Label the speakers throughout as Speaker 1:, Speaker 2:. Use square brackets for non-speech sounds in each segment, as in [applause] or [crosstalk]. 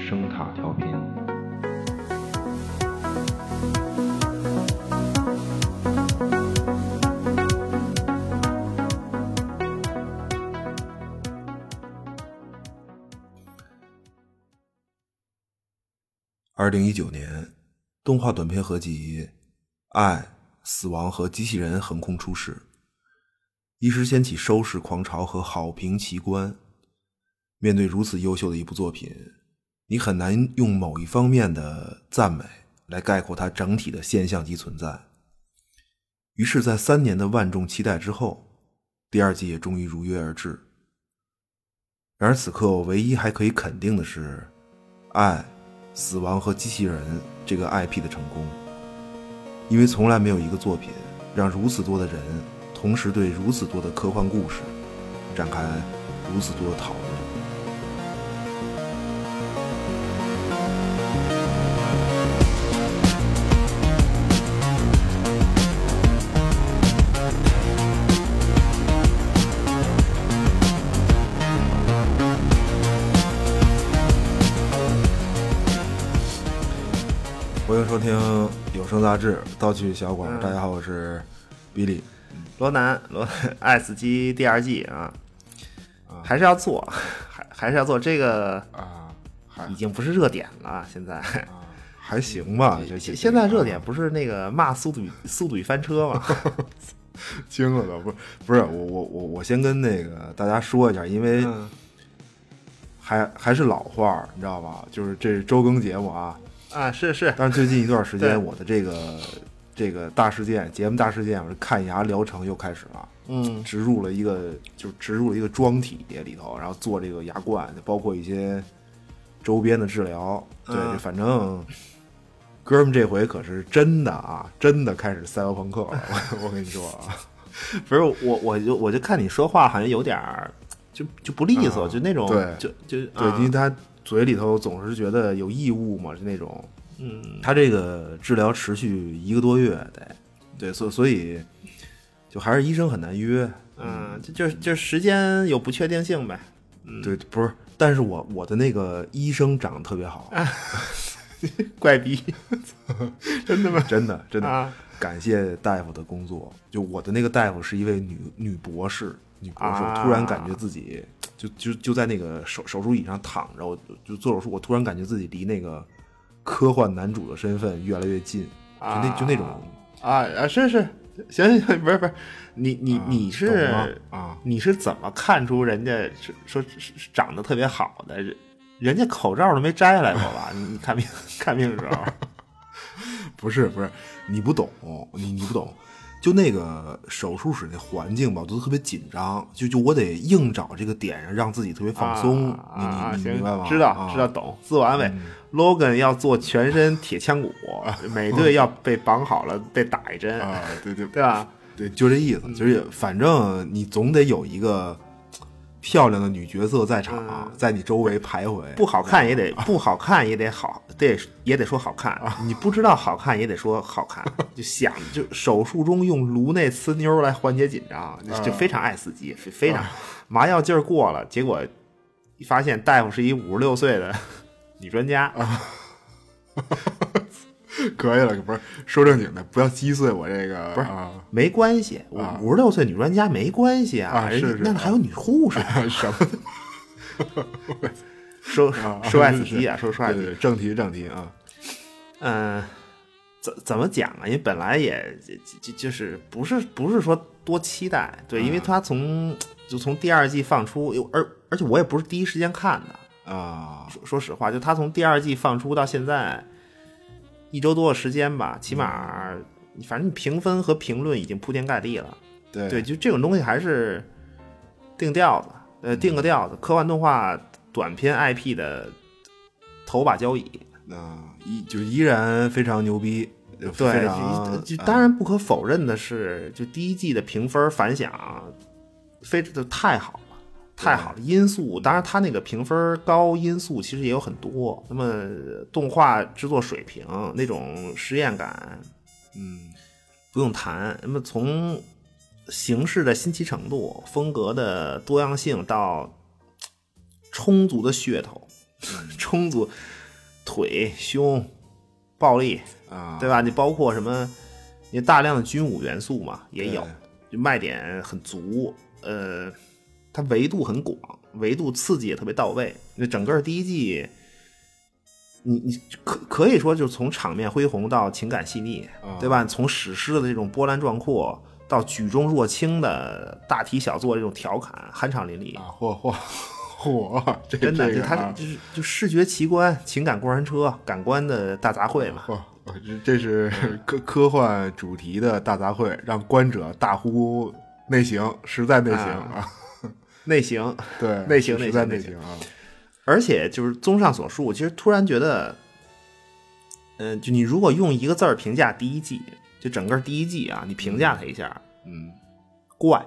Speaker 1: 声塔调频。
Speaker 2: 二零一九年动画短片合集《爱、死亡和机器人》横空出世，一时掀起收视狂潮和好评奇观。面对如此优秀的一部作品，你很难用某一方面的赞美来概括它整体的现象级存在。于是，在三年的万众期待之后，第二季也终于如约而至。然而，此刻我唯一还可以肯定的是，爱、死亡和机器人这个 IP 的成功，因为从来没有一个作品让如此多的人同时对如此多的科幻故事展开如此多的讨论。欢迎收听有声杂志《盗趣小馆》
Speaker 3: 嗯
Speaker 2: 大家好，我是比利。
Speaker 3: 罗南罗南爱死机第二季啊，还是要做，还还是要做这个，
Speaker 2: 啊，还啊
Speaker 3: 已经不是热点了。现在 [laughs]
Speaker 2: 还行吧，这
Speaker 3: 现现在热
Speaker 2: 啊
Speaker 3: 点不是那个骂速度与速度与翻车吗？
Speaker 2: 惊了都，不是不是我我我我先跟那个大家说一下，因为
Speaker 3: 嗯
Speaker 2: 还还是老话儿，你知道吧？就是这是周更节目啊，
Speaker 3: [laughs] 啊，是是，
Speaker 2: 但是最近一段时
Speaker 3: 对
Speaker 2: 间，我的这个这个大事件节目大事件，我是看牙疗程又开始了。
Speaker 3: 嗯
Speaker 2: 植入了一个，就植入了一个装体里头，然后做这个牙冠，包括一些周边的治疗。对，
Speaker 3: 嗯
Speaker 2: 这反正哥们这回可是真的啊，真的开始赛博朋克了。 [laughs] 我我跟你说啊，
Speaker 3: 不是我我就我就看你说话好像有点儿就就不利索，
Speaker 2: 啊
Speaker 3: 就那种
Speaker 2: 对
Speaker 3: 就就
Speaker 2: 对，
Speaker 3: 啊
Speaker 2: 因为他嘴里头总是觉得有异物嘛，就那种。
Speaker 3: 嗯
Speaker 2: 他这个治疗持续一个多月，得对，所所以就还是医生很难约。
Speaker 3: 嗯，就就就时间有不确定性呗。
Speaker 2: 嗯对，不是，但是我我的那个医生长得特别好，
Speaker 3: 啊怪逼
Speaker 2: 真的真的。
Speaker 3: 啊
Speaker 2: 感谢大夫的工作。就我的那个大夫是一位女女博士，女博士，
Speaker 3: 啊
Speaker 2: 我突然感觉自己就就就在那个手手术椅上躺着，我就做手术，我突然感觉自己离那个科幻男主的身份越来越近，就那就那种
Speaker 3: 啊啊，是是，行行行，不是不是，你你你
Speaker 2: 啊懂吗
Speaker 3: 是
Speaker 2: 啊，
Speaker 3: 你是怎么看出人家是说是是长得特别好的？人人家口罩都没摘下来过吧？你你看病 [laughs] 看病的时候，
Speaker 2: 不是不是，你不懂，你你不懂。就那个手术室那环境吧，我都特别紧张，就就我得硬找这个点让自己特别 [laughs] 放松，
Speaker 3: 啊啊
Speaker 2: 你你你
Speaker 3: 行
Speaker 2: 明白吗？，
Speaker 3: 知道
Speaker 2: 啊嗯
Speaker 3: 知道懂，自我安慰。Logan 要做全身铁枪
Speaker 2: [laughs]
Speaker 3: 骨，美队要被绑好了被打一针，
Speaker 2: 啊，对 [laughs] 对
Speaker 3: 对吧？
Speaker 2: 对，就这意思，就是反正你总得有一个漂亮的女角色在场，在你周围徘徊。 [laughs]
Speaker 3: 不好看也得
Speaker 2: 啊
Speaker 3: 不好看也得好，得也得说好看。你不知道好看也得说好
Speaker 2: [laughs]
Speaker 3: 看，就想就手术中用颅内呲妞来缓解紧张，啊
Speaker 2: 啊
Speaker 3: 就非常爱死机，非非常麻药劲儿过了，结果一发现大夫是一五十六岁的 [laughs] 女专家，
Speaker 2: 啊可以了，不是说正经的，不要击碎我这个。不是，
Speaker 3: 没关系，
Speaker 2: 啊
Speaker 3: 五十六岁女专家没关系
Speaker 2: 啊
Speaker 3: 人家
Speaker 2: 是是
Speaker 3: 那还有女护士，
Speaker 2: [laughs] 什么？
Speaker 3: 说说爱死机啊，
Speaker 2: 是
Speaker 3: 说说爱死机，
Speaker 2: 正题正题啊，
Speaker 3: 嗯，怎怎么讲啊？因为本来也就就就是不是不是说多期待，对，因为他从就从第二季放出，而而且我也不是第一时间看的，
Speaker 2: 啊，
Speaker 3: 说说实话，就他从第二季放出到现在一周多的时间吧，起码反正评分和评论已经铺天盖地了。
Speaker 2: 对
Speaker 3: 对，就这种东西还是定调子，呃，定个调子，科幻动画短片 IP 的头把交椅。
Speaker 2: 啊，依就依然非常牛逼，呃
Speaker 3: 对，啊
Speaker 2: 非常啊
Speaker 3: 就就当然不可否认的是，就第一季的评分反响非就太好了，太好了。因素当然它那个评分高，因素其实也有很多。那么动画制作水平那种实验感，
Speaker 2: 嗯
Speaker 3: 不用谈。那么从形式的新奇程度、风格
Speaker 2: 嗯
Speaker 3: [laughs] 的多样性到充足的噱头，充足腿、胸、暴力，
Speaker 2: 啊，
Speaker 3: 对吧？你包括什么？你大量的军武元素嘛，也有
Speaker 2: 对，
Speaker 3: 就卖点很足，呃，它维度很广，维度刺激也特别到位。那整个第一季，你你可可以说就从场面恢宏到情感细腻，
Speaker 2: 啊
Speaker 3: 对吧？从史诗的这种波澜壮阔。到举重若轻的大题小做这种调侃，酣畅淋漓，
Speaker 2: 啊，嚯嚯嚯，这
Speaker 3: 真的，
Speaker 2: 这
Speaker 3: 就
Speaker 2: 个
Speaker 3: 它
Speaker 2: 啊
Speaker 3: 就是就视觉奇观、情感过山车、感官的大杂烩嘛。
Speaker 2: 嚯，呃这这是科科幻主题的大杂烩，让观者大呼内行，实在内行啊！
Speaker 3: 类型，
Speaker 2: 对，
Speaker 3: 内行内
Speaker 2: 实
Speaker 3: 行
Speaker 2: 在
Speaker 3: 内
Speaker 2: 行啊！
Speaker 3: 而且就是综上所述，其实突然觉得，嗯、就你如果用一个字儿评价第一季，就整个第一季啊，你评价它一下，
Speaker 2: 嗯
Speaker 3: 怪，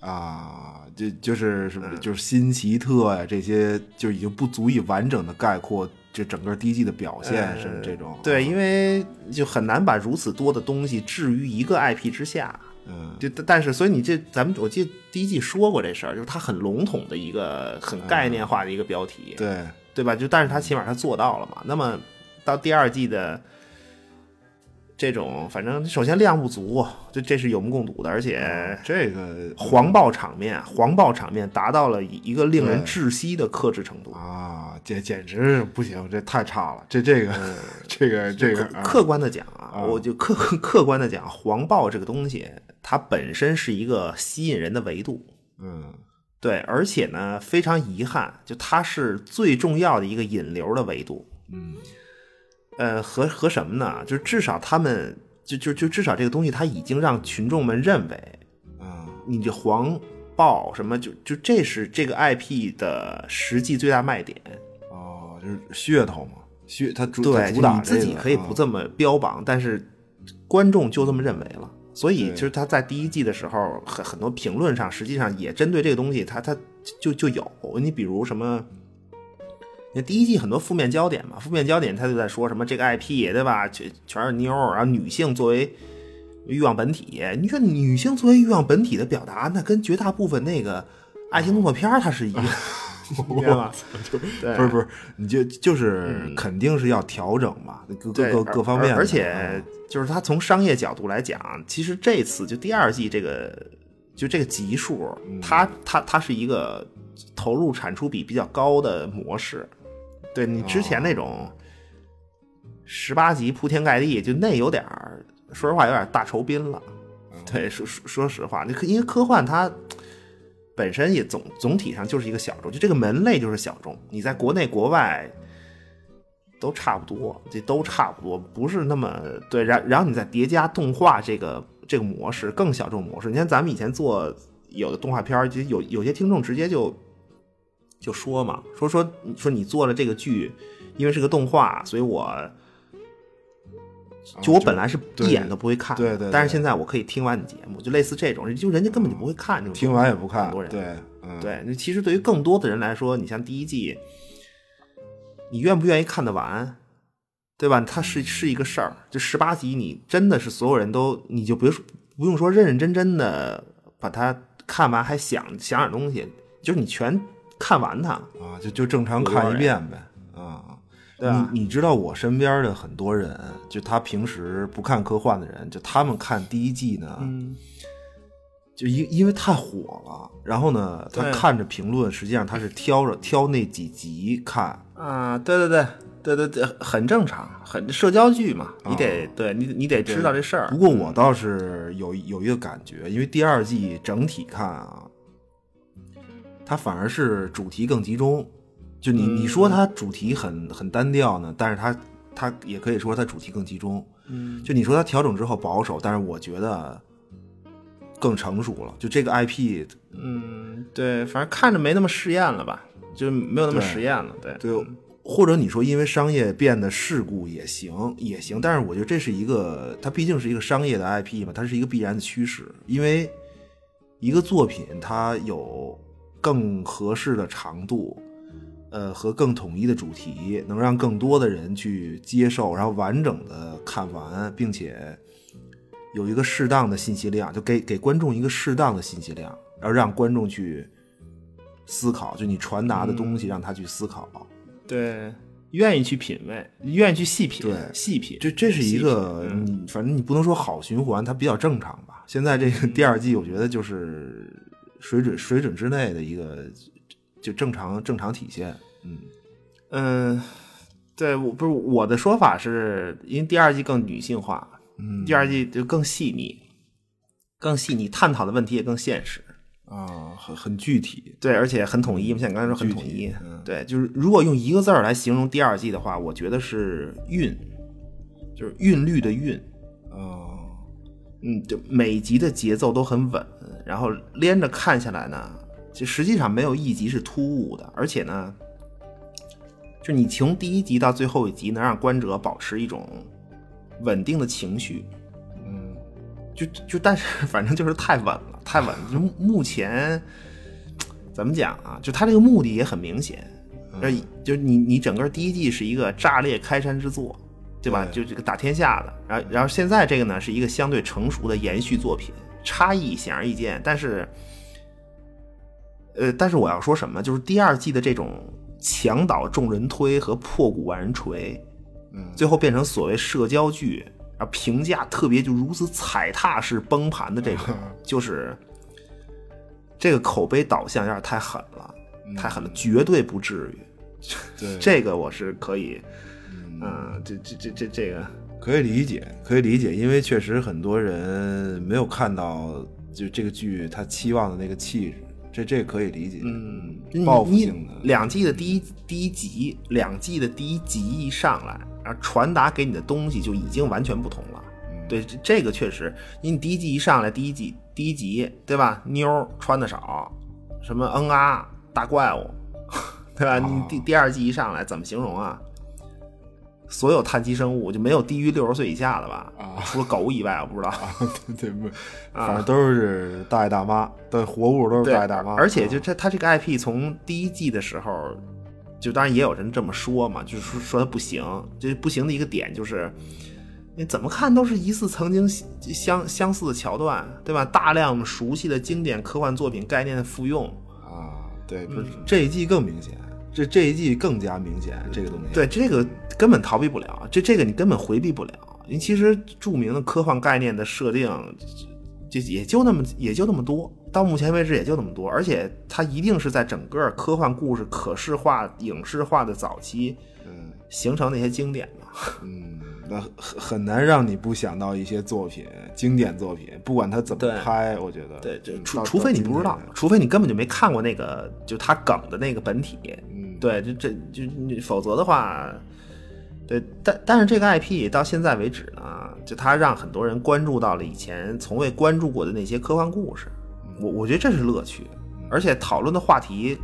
Speaker 2: 啊，就就是什么，
Speaker 3: 嗯
Speaker 2: 就是新奇特呀、这些就已经不足以完整的概括这整个第一季的表现，什么这种。
Speaker 3: 呃对，
Speaker 2: 啊
Speaker 3: 因为就很难把如此多的东西置于一个 IP 之下。
Speaker 2: 嗯，
Speaker 3: 就但但是，所以你这咱们我记得第一季说过这事儿，就是它很笼统的一个很概念化的一个标题，
Speaker 2: 对，
Speaker 3: 对吧？就但是它起码它做到了嘛。那么到第二季的这种，反正首先量不足，啊这这是有目共睹的，而且
Speaker 2: 这个
Speaker 3: 黄暴场面，啊黄暴场面达到了一个令人
Speaker 2: 对
Speaker 3: 窒息的克制程度。
Speaker 2: 啊，这简直是不行，这太差了，这这个、
Speaker 3: 嗯
Speaker 2: 这个这个
Speaker 3: 客
Speaker 2: 啊
Speaker 3: 客观的讲啊，我就客客观的讲，黄暴这个东西，它本身是一个吸引人的维度，
Speaker 2: 嗯
Speaker 3: 对，而且呢，非常遗憾，就它是最重要的一个引流的维度。
Speaker 2: 嗯
Speaker 3: 呃，和和什么呢？就至少他们，就就就至少这个东西，它已经让群众们认为，
Speaker 2: 嗯
Speaker 3: 你这黄暴什么，就就这是这个 IP 的实际最大卖点。
Speaker 2: 哦，就是噱头嘛，噱它主它
Speaker 3: 对，
Speaker 2: 主
Speaker 3: 就
Speaker 2: 打啊
Speaker 3: 你自己可以不这嗯么标榜，但是观众就这么认为了。所以
Speaker 2: 对
Speaker 3: 就是他在第一季的时候，很很多评论上实际上也针对这个东西，他他就就有你比如什么。那第一季很多负面焦点嘛，负面焦点他就在说什么这个 IP 对吧，全全是妞儿，然后女性作为欲望本体，你说女性作为欲望本体的表达，那跟绝大部分那个爱情动作片儿它是一样， [laughs] 你知道 [laughs] 嗯吧？对
Speaker 2: 不是不是，你就就是肯定是要调整嘛，各各
Speaker 3: 对
Speaker 2: 各
Speaker 3: 而
Speaker 2: 各方面的，啊嗯
Speaker 3: 而而且就是他从商业角度来讲，其实这次就第二季这个就这个集数，
Speaker 2: 嗯
Speaker 3: 它它它是一个投入产出比比较高的模式。对你之前那种十八集铺天盖地，就那有点儿，说实话有点大酬宾了。对，说说说实话，那科因为科幻它本身也总总体上就是一个小众，就这个门类就是小众。你在国内国外都差不多，这都差不多，不是那么对。然然后你再叠加动画这个这个模式更小众模式，你看咱们以前做有的动画片儿，就有有些听众直接就就说嘛，说说说你做了这个剧，因为是个动画，所以我。就
Speaker 2: 啊
Speaker 3: 我本来是
Speaker 2: 哦对
Speaker 3: 一眼都不会看的，
Speaker 2: 对对对
Speaker 3: 但是现在我可以听完你节目，就类似这种，就人家根本就不会看这种东西，
Speaker 2: 听完也不看
Speaker 3: 很多，人
Speaker 2: 对，嗯，
Speaker 3: 对，那其实对于更多的人来说，你像第一季，你愿不愿意看得完，对吧？它是是一个事儿，就十八集，你真的是所有人都，你就别说不用说认认真真的把它看完，还想想点东西，就是你全看完它，
Speaker 2: 啊，就就正常看一遍呗，啊。
Speaker 3: 对啊
Speaker 2: 你你知道我身边的很多人，就他平时不看科幻的人，就他们看第一季呢，
Speaker 3: 嗯，
Speaker 2: 就因因为太火了，然后呢，他
Speaker 3: 对
Speaker 2: 看着评论，实际上他是挑着挑那几集看，
Speaker 3: 啊，对对对。对对对，很正常，很社交剧嘛，你得、对你你得知道这事儿
Speaker 2: 哦不。过我倒是有有一个感觉，因为第二季整体看啊，它反而是主题更集中。就
Speaker 3: 嗯
Speaker 2: 你你说它主题很很单调呢，但是它它也可以说它主题更集中。
Speaker 3: 嗯，
Speaker 2: 就你说它调整之后保守，但是我觉得更成熟了。就这个 IP，
Speaker 3: 嗯，对，反正看着没那么试验了吧，就没有那么
Speaker 2: 对
Speaker 3: 实验了。对，
Speaker 2: 对，或者你说因为商业变得世故也行也行，但是我觉得这是一个，它毕竟是一个商业的 IP 嘛，它是一个必然的趋势，因为一个作品它有更合适的长度。呃，和更统一的主题，能让更多的人去接受，然后完整的看完，并且有一个适当的信息量，就给给观众一个适当的信息量，然后让观众去思考，就你传达的东西，让他去思考。
Speaker 3: 对，
Speaker 1: 愿意去品味，愿意去细品，
Speaker 2: 对
Speaker 1: 细品。
Speaker 2: 这这是一个
Speaker 1: 细品，嗯
Speaker 2: 嗯反正你不能说好循环，它比较正常吧。现在这个第二季，我觉得就是水准水准之内的一个就正常正常体现。嗯，
Speaker 3: 嗯，对，我不是我的说法是，因为第二季更女性化，
Speaker 2: 嗯
Speaker 3: 第二季就更细腻，更细腻，探讨的问题也更现实。
Speaker 2: 啊，很很具体。
Speaker 3: 对，而且很统一。像你刚才说很
Speaker 2: 具
Speaker 3: 统
Speaker 2: 体
Speaker 3: 一，
Speaker 2: 嗯
Speaker 3: 对，就是如果用一个字儿来形容第二季的话，我觉得是韵，就是韵律的韵。
Speaker 2: 哦，
Speaker 3: 嗯，就每一集的节奏都很稳，然后连着看下来呢，就实际上没有一集是突兀的，而且呢，就是你从第一集到最后一集，能让观者保持一种稳定的情绪。
Speaker 2: 嗯，
Speaker 3: 就就但是 [laughs] 反正就是太稳了，太稳了。就目目前怎么讲啊？就他这个目的也很明显，
Speaker 2: 嗯
Speaker 3: 呃，就你你整个第一季是一个炸裂开山之作，对吧？
Speaker 2: 对
Speaker 3: 就这个打天下的，然后然后现在这个呢是一个相对成熟的延续作品，差异显而易见，但是。呃，但是我要说什么，就是第二季的这种墙倒众人推和破鼓万人锤，
Speaker 2: 嗯
Speaker 3: 最后变成所谓社交剧，然后评价特别就如此踩踏式崩盘的这种，就是这个口碑导向有点太狠了，太狠了，绝对不至于。
Speaker 2: 嗯对，
Speaker 3: 这个我是可以，
Speaker 2: 嗯
Speaker 3: 嗯，这这这这这个，
Speaker 2: 可以理解，可以理解，因为确实很多人没有看到就这个剧他期望的那个气质，这这可以理解。
Speaker 3: 嗯，
Speaker 2: 报复
Speaker 3: 你
Speaker 2: 性的
Speaker 3: 两季的第一第一集，两季的第一集一上来，然后传达给你的东西就已经完全不同了。
Speaker 2: 嗯
Speaker 3: 对，这这个确实，因为你第一季一上来，第一季第一集，对吧？妞儿穿的少，什么嗯啊大怪物， [laughs] 对吧？你第第二季一上来怎么形容啊？所有碳基生物就没有低于六十岁以下的吧？
Speaker 2: 啊
Speaker 3: 除了狗以外，我不知道。
Speaker 2: [laughs] 对不？反正都是大爷大妈，对，活物都是
Speaker 3: 啊对，
Speaker 2: 大爷大妈。嗯
Speaker 3: 而且就这他这个 IP 从第一季的时候，就当然也有人这么说嘛，就是说说他不行，就是不行的一个点就是。你怎么看都是疑似曾经相相似的桥段，对吧？大量我们熟悉的经典科幻作品概念的复用，
Speaker 2: 啊，对，不
Speaker 3: 嗯
Speaker 2: 是这一季更明显，这这一季更加明显这个东西。
Speaker 3: 对这个根本逃避不了，啊这这个你根本回避不了。你其实著名的科幻概念的设定，这这也就那么也就那么多，到目前为止也就那么多，而且它一定是在整个科幻故事可视化、影视化的早期
Speaker 2: 嗯
Speaker 3: 形成那些经典嘛。
Speaker 2: 嗯，那很很难让你不想到一些作品，经典作品，不管它怎么
Speaker 3: 对
Speaker 2: 拍，我觉得
Speaker 3: 对，就
Speaker 2: 嗯
Speaker 3: 除
Speaker 2: 到
Speaker 3: 除非你不知道
Speaker 2: 到今天，
Speaker 3: 除非你根本就没看过那个就它梗的那个本体，
Speaker 2: 嗯，
Speaker 3: 对，这这就你否则的话，对，但但是这个 IP 到现在为止呢，就它让很多人关注到了以前从未关注过的那些科幻故事，我我觉得这是乐趣，而且讨论的话题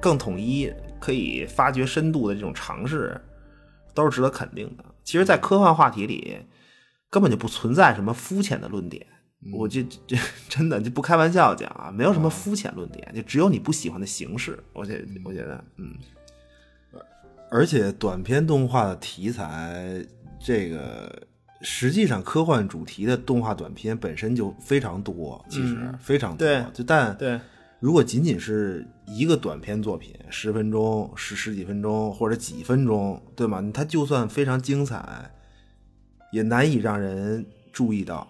Speaker 3: 更统一，可以发掘深度的这种尝试，都是值得肯定的。其实，在科幻话题里，根本就不存在什么肤浅的论点。我这这真的 [laughs] 就不开玩笑讲啊，没有什么肤浅论点，就只有你不喜欢的形式。我觉我觉得，嗯，
Speaker 2: 而且短篇动画的题材，这个实际上科幻主题的动画短片本身就非常多，其实、
Speaker 3: 嗯
Speaker 2: 非常多。
Speaker 3: 对
Speaker 2: 就但
Speaker 3: 对，
Speaker 2: 如果仅仅是一个短篇作品，十分钟、十十几分钟或者几分钟，对吗？它就算非常精彩，也难以让人注意到。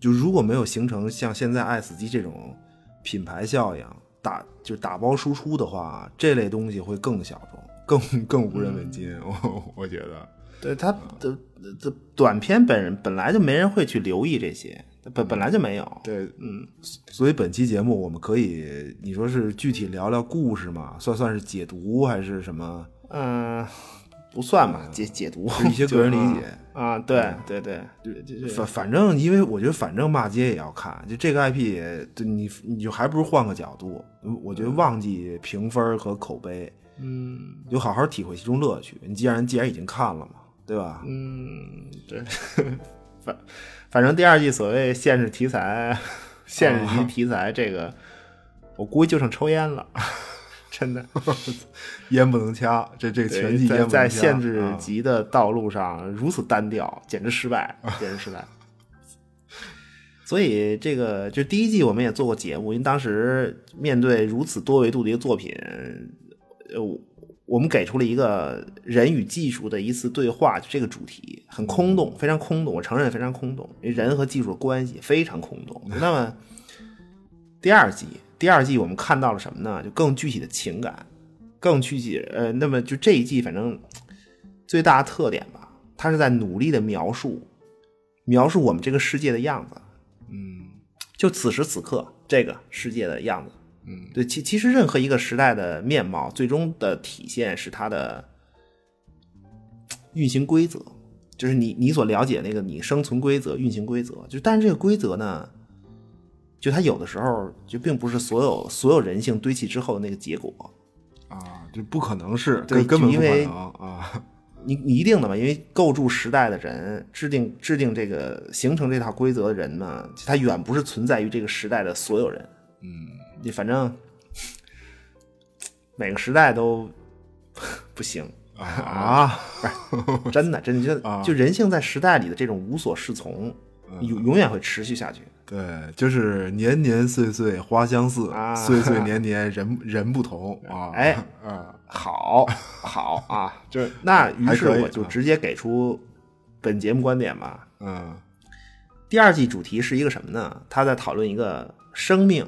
Speaker 2: 就如果没有形成像现在爱死机这种品牌效应，打就打包输出的话，这类东西会更小众，更更无人问津。 [laughs] 我我觉得，
Speaker 3: 对它的的短片本人本来就没人会去留意这些，本本来就没有。
Speaker 2: 对，嗯，所以本期节目我们可以，你说是具体聊聊故事嘛，算算是解读还是什么？
Speaker 3: 嗯，不算吧，解解读
Speaker 2: 是一
Speaker 3: [laughs]
Speaker 2: 些个人理解
Speaker 3: 啊，对对对，对对
Speaker 2: 反反正，因为我觉得反正骂街也要看，就这个 IP 也，对你你就还不如换个角度，嗯我觉得忘记评分和口碑，
Speaker 3: 嗯
Speaker 2: 你就好好体会其中乐趣。你既然既然已经看了嘛，对吧？
Speaker 3: 嗯，对，反反正第二季所谓现实题材，现实级题材这个，我估计就剩抽烟了， [laughs] 真 [laughs] 的。
Speaker 2: 烟不能掐，这这个
Speaker 3: 对
Speaker 2: 拳击
Speaker 3: 在
Speaker 2: 烟不能掐。
Speaker 3: 在限制
Speaker 2: 啊
Speaker 3: 级的道路上如此单调，简直失
Speaker 2: [laughs]
Speaker 3: 败，简直失败。所以这个就第一季我们也做过节目，因为当时面对如此多维度的一个作品，呃，我我们给出了一个人与技术的一次对话，就这个主题很空洞，非常空洞，我承认非常空洞，因为人和技术的关系非常空洞。那么第二季，第二季我们看到了什么呢？就更具体的情感，更具体呃，那么就这一季，反正最大的特点吧，它是在努力的描述描述我们这个世界的样子，嗯就此时此刻这个世界的样子。嗯，对，其其实任何一个时代的面貌，最终的体现是它的运行规则，就是你你所了解那个你生存规则、运行规则。就但是这个规则呢，就它有的时候就并不是所有所有人性堆砌之后的那个结果。
Speaker 2: 啊，这不可能是，
Speaker 3: 对
Speaker 2: 根根本
Speaker 3: 就
Speaker 2: 不
Speaker 3: 因
Speaker 2: 可
Speaker 3: 为
Speaker 2: 能 [laughs] 啊！
Speaker 3: 你你一定的嘛，因为构筑时代的人，制定制定这个形成这套规则的人呢，他远不是存在于这个时代的所有人。嗯，你反正每个时代都 [laughs] 不行，
Speaker 2: 啊，
Speaker 3: 真的，真的就就人性在时代里的这种无所适从，永永远会持续下去。
Speaker 2: 对，就是年年岁岁花相似，
Speaker 3: 啊
Speaker 2: 岁岁年年人人不同啊！
Speaker 3: 哎
Speaker 2: [laughs] 啊，
Speaker 3: 好，好啊，
Speaker 2: 这
Speaker 3: 那于
Speaker 2: 还
Speaker 3: 是
Speaker 2: 可以
Speaker 3: 我就
Speaker 2: 啊
Speaker 3: 直接给出本节目观点吧。
Speaker 2: 嗯
Speaker 3: 第二季主题是一个什么呢？他在讨论一个生命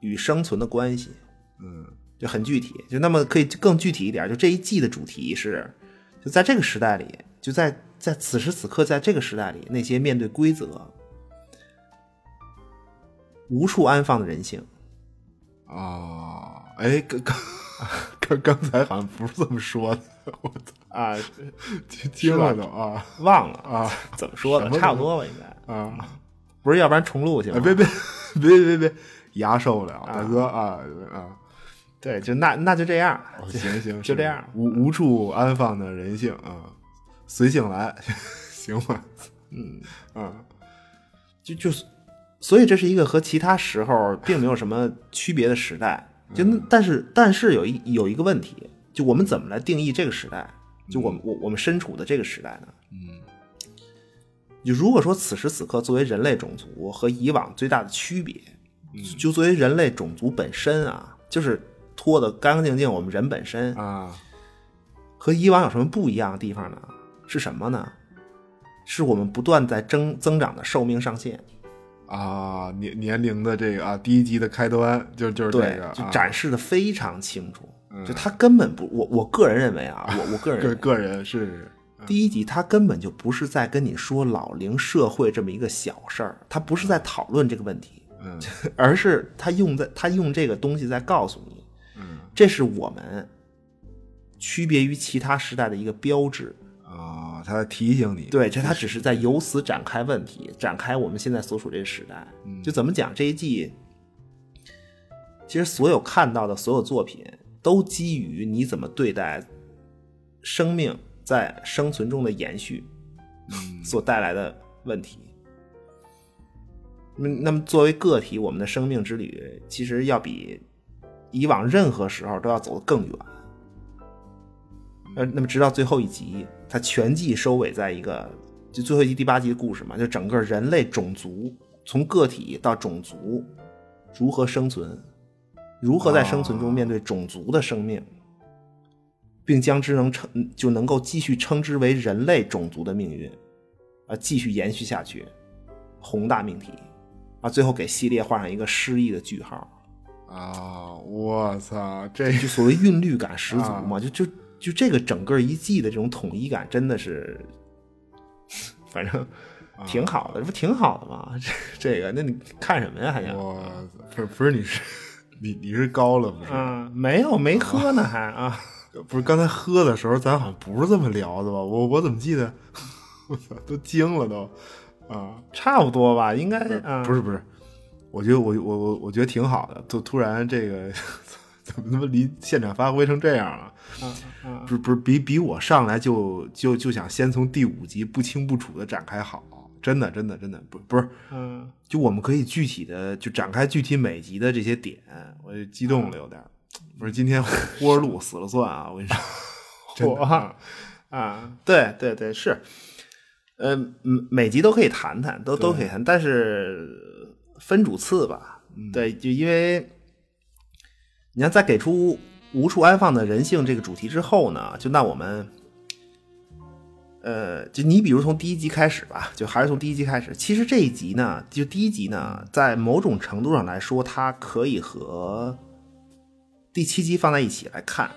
Speaker 3: 与生存的关系，
Speaker 2: 嗯
Speaker 3: 就很具体。就那么可以更具体一点，就这一季的主题是，就在这个时代里，就在在此时此刻，在这个时代里，那些面对规则无处安放的人性。
Speaker 2: 啊，哎，刚刚刚刚才好像不是这么说的，我
Speaker 3: 啊，
Speaker 2: 听听了都啊
Speaker 3: 忘了
Speaker 2: 啊
Speaker 3: 怎么说的
Speaker 2: 什，么
Speaker 3: 差不多吧，应该
Speaker 2: 啊！
Speaker 3: 不是，要不然重录行
Speaker 2: 哎
Speaker 3: 吗？
Speaker 2: 别别别别别，牙受不了，大哥啊啊！
Speaker 3: 对，就那那就这样，
Speaker 2: 哦行行，
Speaker 3: 就这
Speaker 2: 行
Speaker 3: 样
Speaker 2: 无无处安放的人性啊，随性来，行
Speaker 3: [laughs]
Speaker 2: 吧？嗯啊。
Speaker 3: 就就是，所以这是一个和其他时候并没有什么区别的时代。就那但是但是有一有一个问题，就我们怎么来定义这个时代？就我们我我们身处的这个时代呢？嗯，就如果说此时此刻作为人类种族和以往最大的区别，就作为人类种族本身啊，就是脱的干干净净，我们人本身
Speaker 2: 啊，
Speaker 3: 和以往有什么不一样的地方呢？是什么呢？是我们不断在增增长的寿命上限。
Speaker 2: 啊，年年龄的这个啊，第一集的开端就就是这
Speaker 3: 对
Speaker 2: 个，，
Speaker 3: 就
Speaker 2: 啊嗯
Speaker 3: 展示的非常清楚。就他根本不，我我个人认为啊，我我个人
Speaker 2: [laughs]
Speaker 3: 认
Speaker 2: 个
Speaker 3: 为
Speaker 2: 个人是
Speaker 3: 第一集他根本就不是在跟你说老龄社会这么一个小事儿，他不是在讨论这个问题，
Speaker 2: 嗯
Speaker 3: [laughs] 而是他用在他用这个东西在告诉你，
Speaker 2: 嗯
Speaker 3: 这是我们区别于其他时代的一个标志。
Speaker 2: 啊，他在提醒你，
Speaker 3: 对，这他只是在由此展开问题，展开我们现在所处这个时代。就怎么讲这一季，其实所有看到的所有作品都基于你怎么对待生命在生存中的延续所带来的问题。嗯那那么作为个体，我们的生命之旅其实要比以往任何时候都要走得更远。呃，那么直到最后一集，它全季收尾在一个，就最后一集第八集的故事嘛，就整个人类种族从个体到种族如何生存，如何在生存中面对种族的生命，并将之能称就能够继续称之为人类种族的命运，啊，继续延续下去，宏大命题，啊，最后给系列画上一个诗意的句号。
Speaker 2: 啊，我操，这
Speaker 3: 就所谓韵律感十足嘛，就就就这个整个一季的这种统一感，真的是，反正挺好的，这不挺好的吗？ [laughs] 这这个，那你看啊什么呀？还想？
Speaker 2: 我不是不是你是你你是高了不是？
Speaker 3: 嗯，没有，没喝呢，还啊，
Speaker 2: 不是刚才喝的时候，咱好像不是这么聊的吧？我我怎么记得， [laughs] 我操，都惊了都啊！
Speaker 3: 差不多吧，应该啊，
Speaker 2: 不是不是，我觉得我我我我觉得挺好的，突突然这个 [laughs] 怎么他妈离现场发挥成这样了？
Speaker 3: 嗯
Speaker 2: 不是不是比比我上来就就就想先从第五集不清不楚的展开好，真的真的真的不不是，
Speaker 3: 嗯，
Speaker 2: 就我们可以具体的就展开具体每集的这些点，我就激动了有点儿。不是今天
Speaker 3: [laughs]
Speaker 2: 豁儿路死了算啊！我跟你说， [laughs] 真的嗯
Speaker 3: 火啊，对对对，是，呃，嗯每集都可以谈谈，都都可以谈，但是
Speaker 2: 嗯
Speaker 3: 分主次吧，对，就因为你要再给出无处安放的人性这个主题之后呢，就那我们，呃，就你比如从第一集开始吧，就还是从第一集开始。其实这一集呢，就第一集呢，在某种程度上来说，它可以和第七集放在一起来看。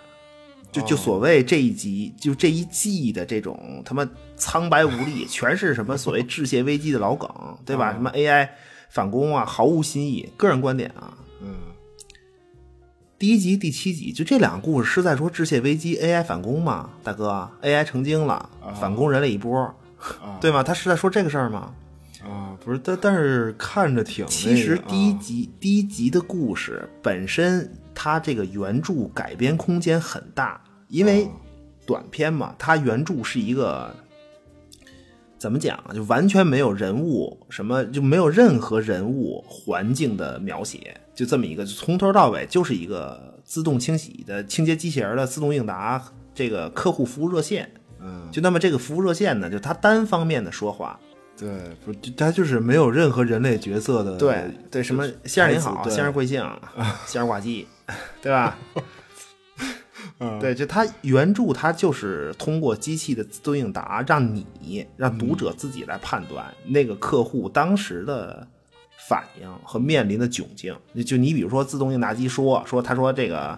Speaker 3: 就就所谓这一集，就这一季的这种他妈苍白无力，全是什么所谓致谢危机的老梗，对吧？什么 AI 反攻啊，毫无新意。个人观点啊，
Speaker 2: 嗯，
Speaker 3: 第一集、第七集，就这两个故事是在说致谢危机、AI 反攻吗？大哥，AI 成精了，反攻人类一波，对吗？他是在说这个事儿吗？
Speaker 2: 啊，不是，但但是看着挺那个、
Speaker 3: 其实第一
Speaker 2: 啊
Speaker 3: 集、第一集的故事本身，它这个原著改编空间很大，
Speaker 2: 啊
Speaker 3: 因为短片嘛，它原著是一个怎么讲啊，就完全没有人物什么，就没有任何人物环境的描写，就这么一个，就从头到尾就是一个自动清洗的清洁机器人儿的自动应答这个客户服务热线。
Speaker 2: 嗯，
Speaker 3: 就那么这个服务热线呢，就它单方面的说话，
Speaker 2: 对，不是，他就是没有任何人类角色的
Speaker 3: 对对，什么先生您
Speaker 2: 牌
Speaker 3: 好，
Speaker 2: 子对
Speaker 3: 先生贵姓，
Speaker 2: [laughs]
Speaker 3: 先生啊挂机，对吧？
Speaker 2: 嗯
Speaker 3: 对，就它原著它就是通过机器的自动应答，让你让读者自己来判断
Speaker 2: 嗯
Speaker 3: 那个客户当时的反应和面临的窘境。就就你比如说自动应答机说说，他说这个。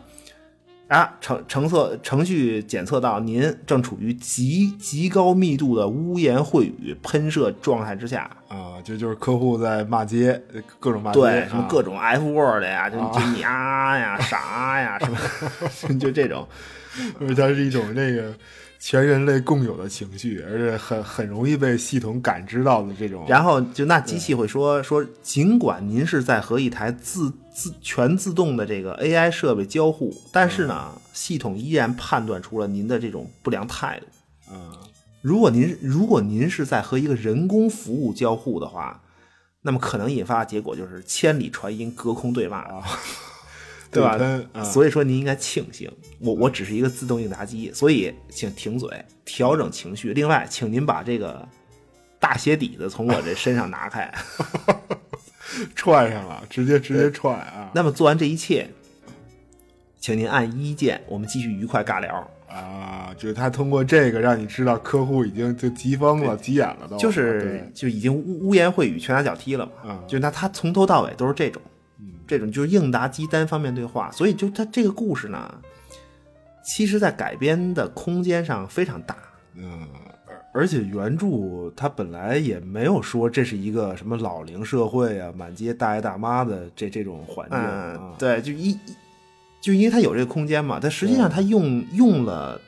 Speaker 3: 啊，程程测程序检测到您正处于极极高密度的污言秽语喷射状态之下，
Speaker 2: 啊，这就是客户在骂街，各种骂街，
Speaker 3: 对，什么
Speaker 2: 啊
Speaker 3: 各种 F word 呀，就就你啊呀、啥呀，什 [laughs] 么就这种，
Speaker 2: 而且它是一种那个全人类共有的情绪，而且很很容易被系统感知到的这种。
Speaker 3: 然后就那机器会说说，尽管您是在和一台自自全自动的这个 AI 设备交互，但是呢，系统依然判断出了您的这种不良态度。
Speaker 2: 嗯，
Speaker 3: 如果您如果您是在和一个人工服务交互的话，那么可能引发的结果就是千里传音，隔空对骂。
Speaker 2: 啊
Speaker 3: 对吧
Speaker 2: 喷啊，
Speaker 3: 所以说您应该庆幸，我我只是一个自动应答机，所以请停嘴，调整情绪。另外，请您把这个大鞋底子从我这身上拿开。
Speaker 2: 踹上了，直接直接踹啊
Speaker 3: 那么做完这一切，请您按一键，我们继续愉快尬聊。
Speaker 2: 啊！就是他通过这个让你知道客户已经就急疯了、急眼了都，
Speaker 3: 就是就已经污污言秽语、拳打脚踢了嘛。
Speaker 2: 嗯
Speaker 3: 就那他从头到尾都是这种，这种就是应答机单方面对话，所以就他这个故事呢，其实在改编的空间上非常大。
Speaker 2: 对嗯，
Speaker 1: 而且原著
Speaker 2: 他本来也没有说这是一个什么老龄社会啊，满街大爷大妈的这这种环境
Speaker 3: 嗯
Speaker 2: 啊，，
Speaker 3: 对，就一一就因为他有这个空间嘛，但实际上他用用了，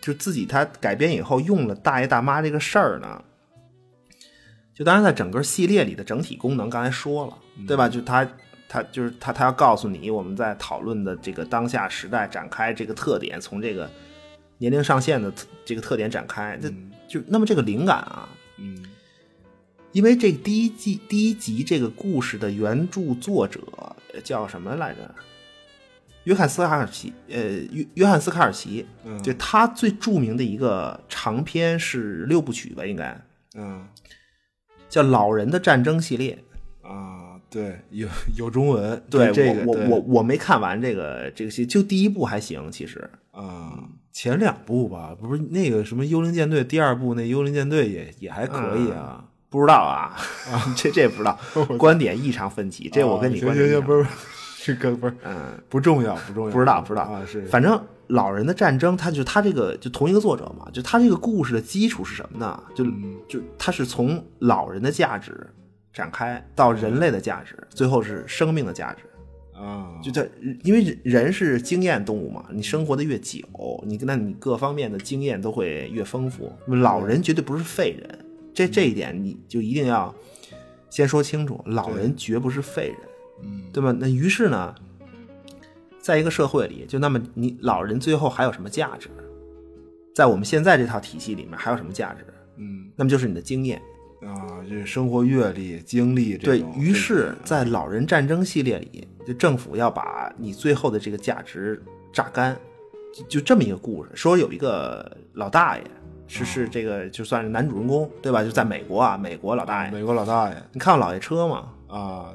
Speaker 3: 就自己他改编以后用了大爷大妈这个事儿呢，就当然在整个系列里的整体功能刚才说了，
Speaker 2: 嗯
Speaker 3: 对吧？就他他就是他他要告诉你我们在讨论的这个当下时代展开这个特点，从这个年龄上限的特这个特点展开，那就那么这个灵感啊，
Speaker 2: 嗯
Speaker 3: 因为这第一季第一集这个故事的原著作者呃叫什么来着？约翰斯卡尔奇，呃，约约翰斯卡尔奇，
Speaker 2: 嗯
Speaker 3: 就他最著名的一个长篇是六部曲吧，应该
Speaker 2: 嗯
Speaker 3: 叫《老人的战争》系列。
Speaker 2: 啊，对，有有中文，
Speaker 3: 对，
Speaker 2: 这个
Speaker 3: 我
Speaker 2: 对
Speaker 3: 我我我没看完这个这个戏，就第一部还行，其实
Speaker 2: 啊，
Speaker 1: 前两部吧，不是那个什么《幽灵舰队》第二部，那《幽灵舰队也》也还可以啊。
Speaker 3: 不知道啊， [laughs] 这这也不知道，观点异常分歧，这我跟你
Speaker 2: 啊
Speaker 3: 观
Speaker 2: 行行
Speaker 3: 点异
Speaker 2: 行，
Speaker 3: 常
Speaker 2: 不是 [laughs] 不是，这个不是，
Speaker 3: 嗯，
Speaker 2: 不重要，不重要，
Speaker 3: 不知道不知道
Speaker 2: 啊，是
Speaker 3: 反正《老人的战争》，它就它这个就同一个作者嘛，就它这个故事的基础是什么呢？就就它是从老人的价值展开到人类的价值，最后是生命的价值。
Speaker 2: 啊，
Speaker 3: 就在因为人人是经验动物嘛，你生活的越久，你那你各方面的经验都会越丰富。那么老人绝对不是废人，这这一点你就一定要先说清楚，老人绝不是废人。
Speaker 2: 嗯
Speaker 3: 对吧？那于是呢，在一个社会里，就那么你老人最后还有什么价值？在我们现在这套体系里面还有什么价值？
Speaker 2: 嗯
Speaker 3: 那么就是你的经验。
Speaker 2: 啊，这生活阅历、经历这
Speaker 3: 对
Speaker 2: 种，
Speaker 3: 于是，在老人战争系列里，就政府要把你最后的这个价值榨干，就就这么一个故事。说有一个老大爷，是是这个就算是男主人公，对吧？就在美国啊，美国老大
Speaker 2: 这
Speaker 3: 爷，
Speaker 2: 美国老大爷
Speaker 3: 你看过老爷车吗？
Speaker 2: 啊，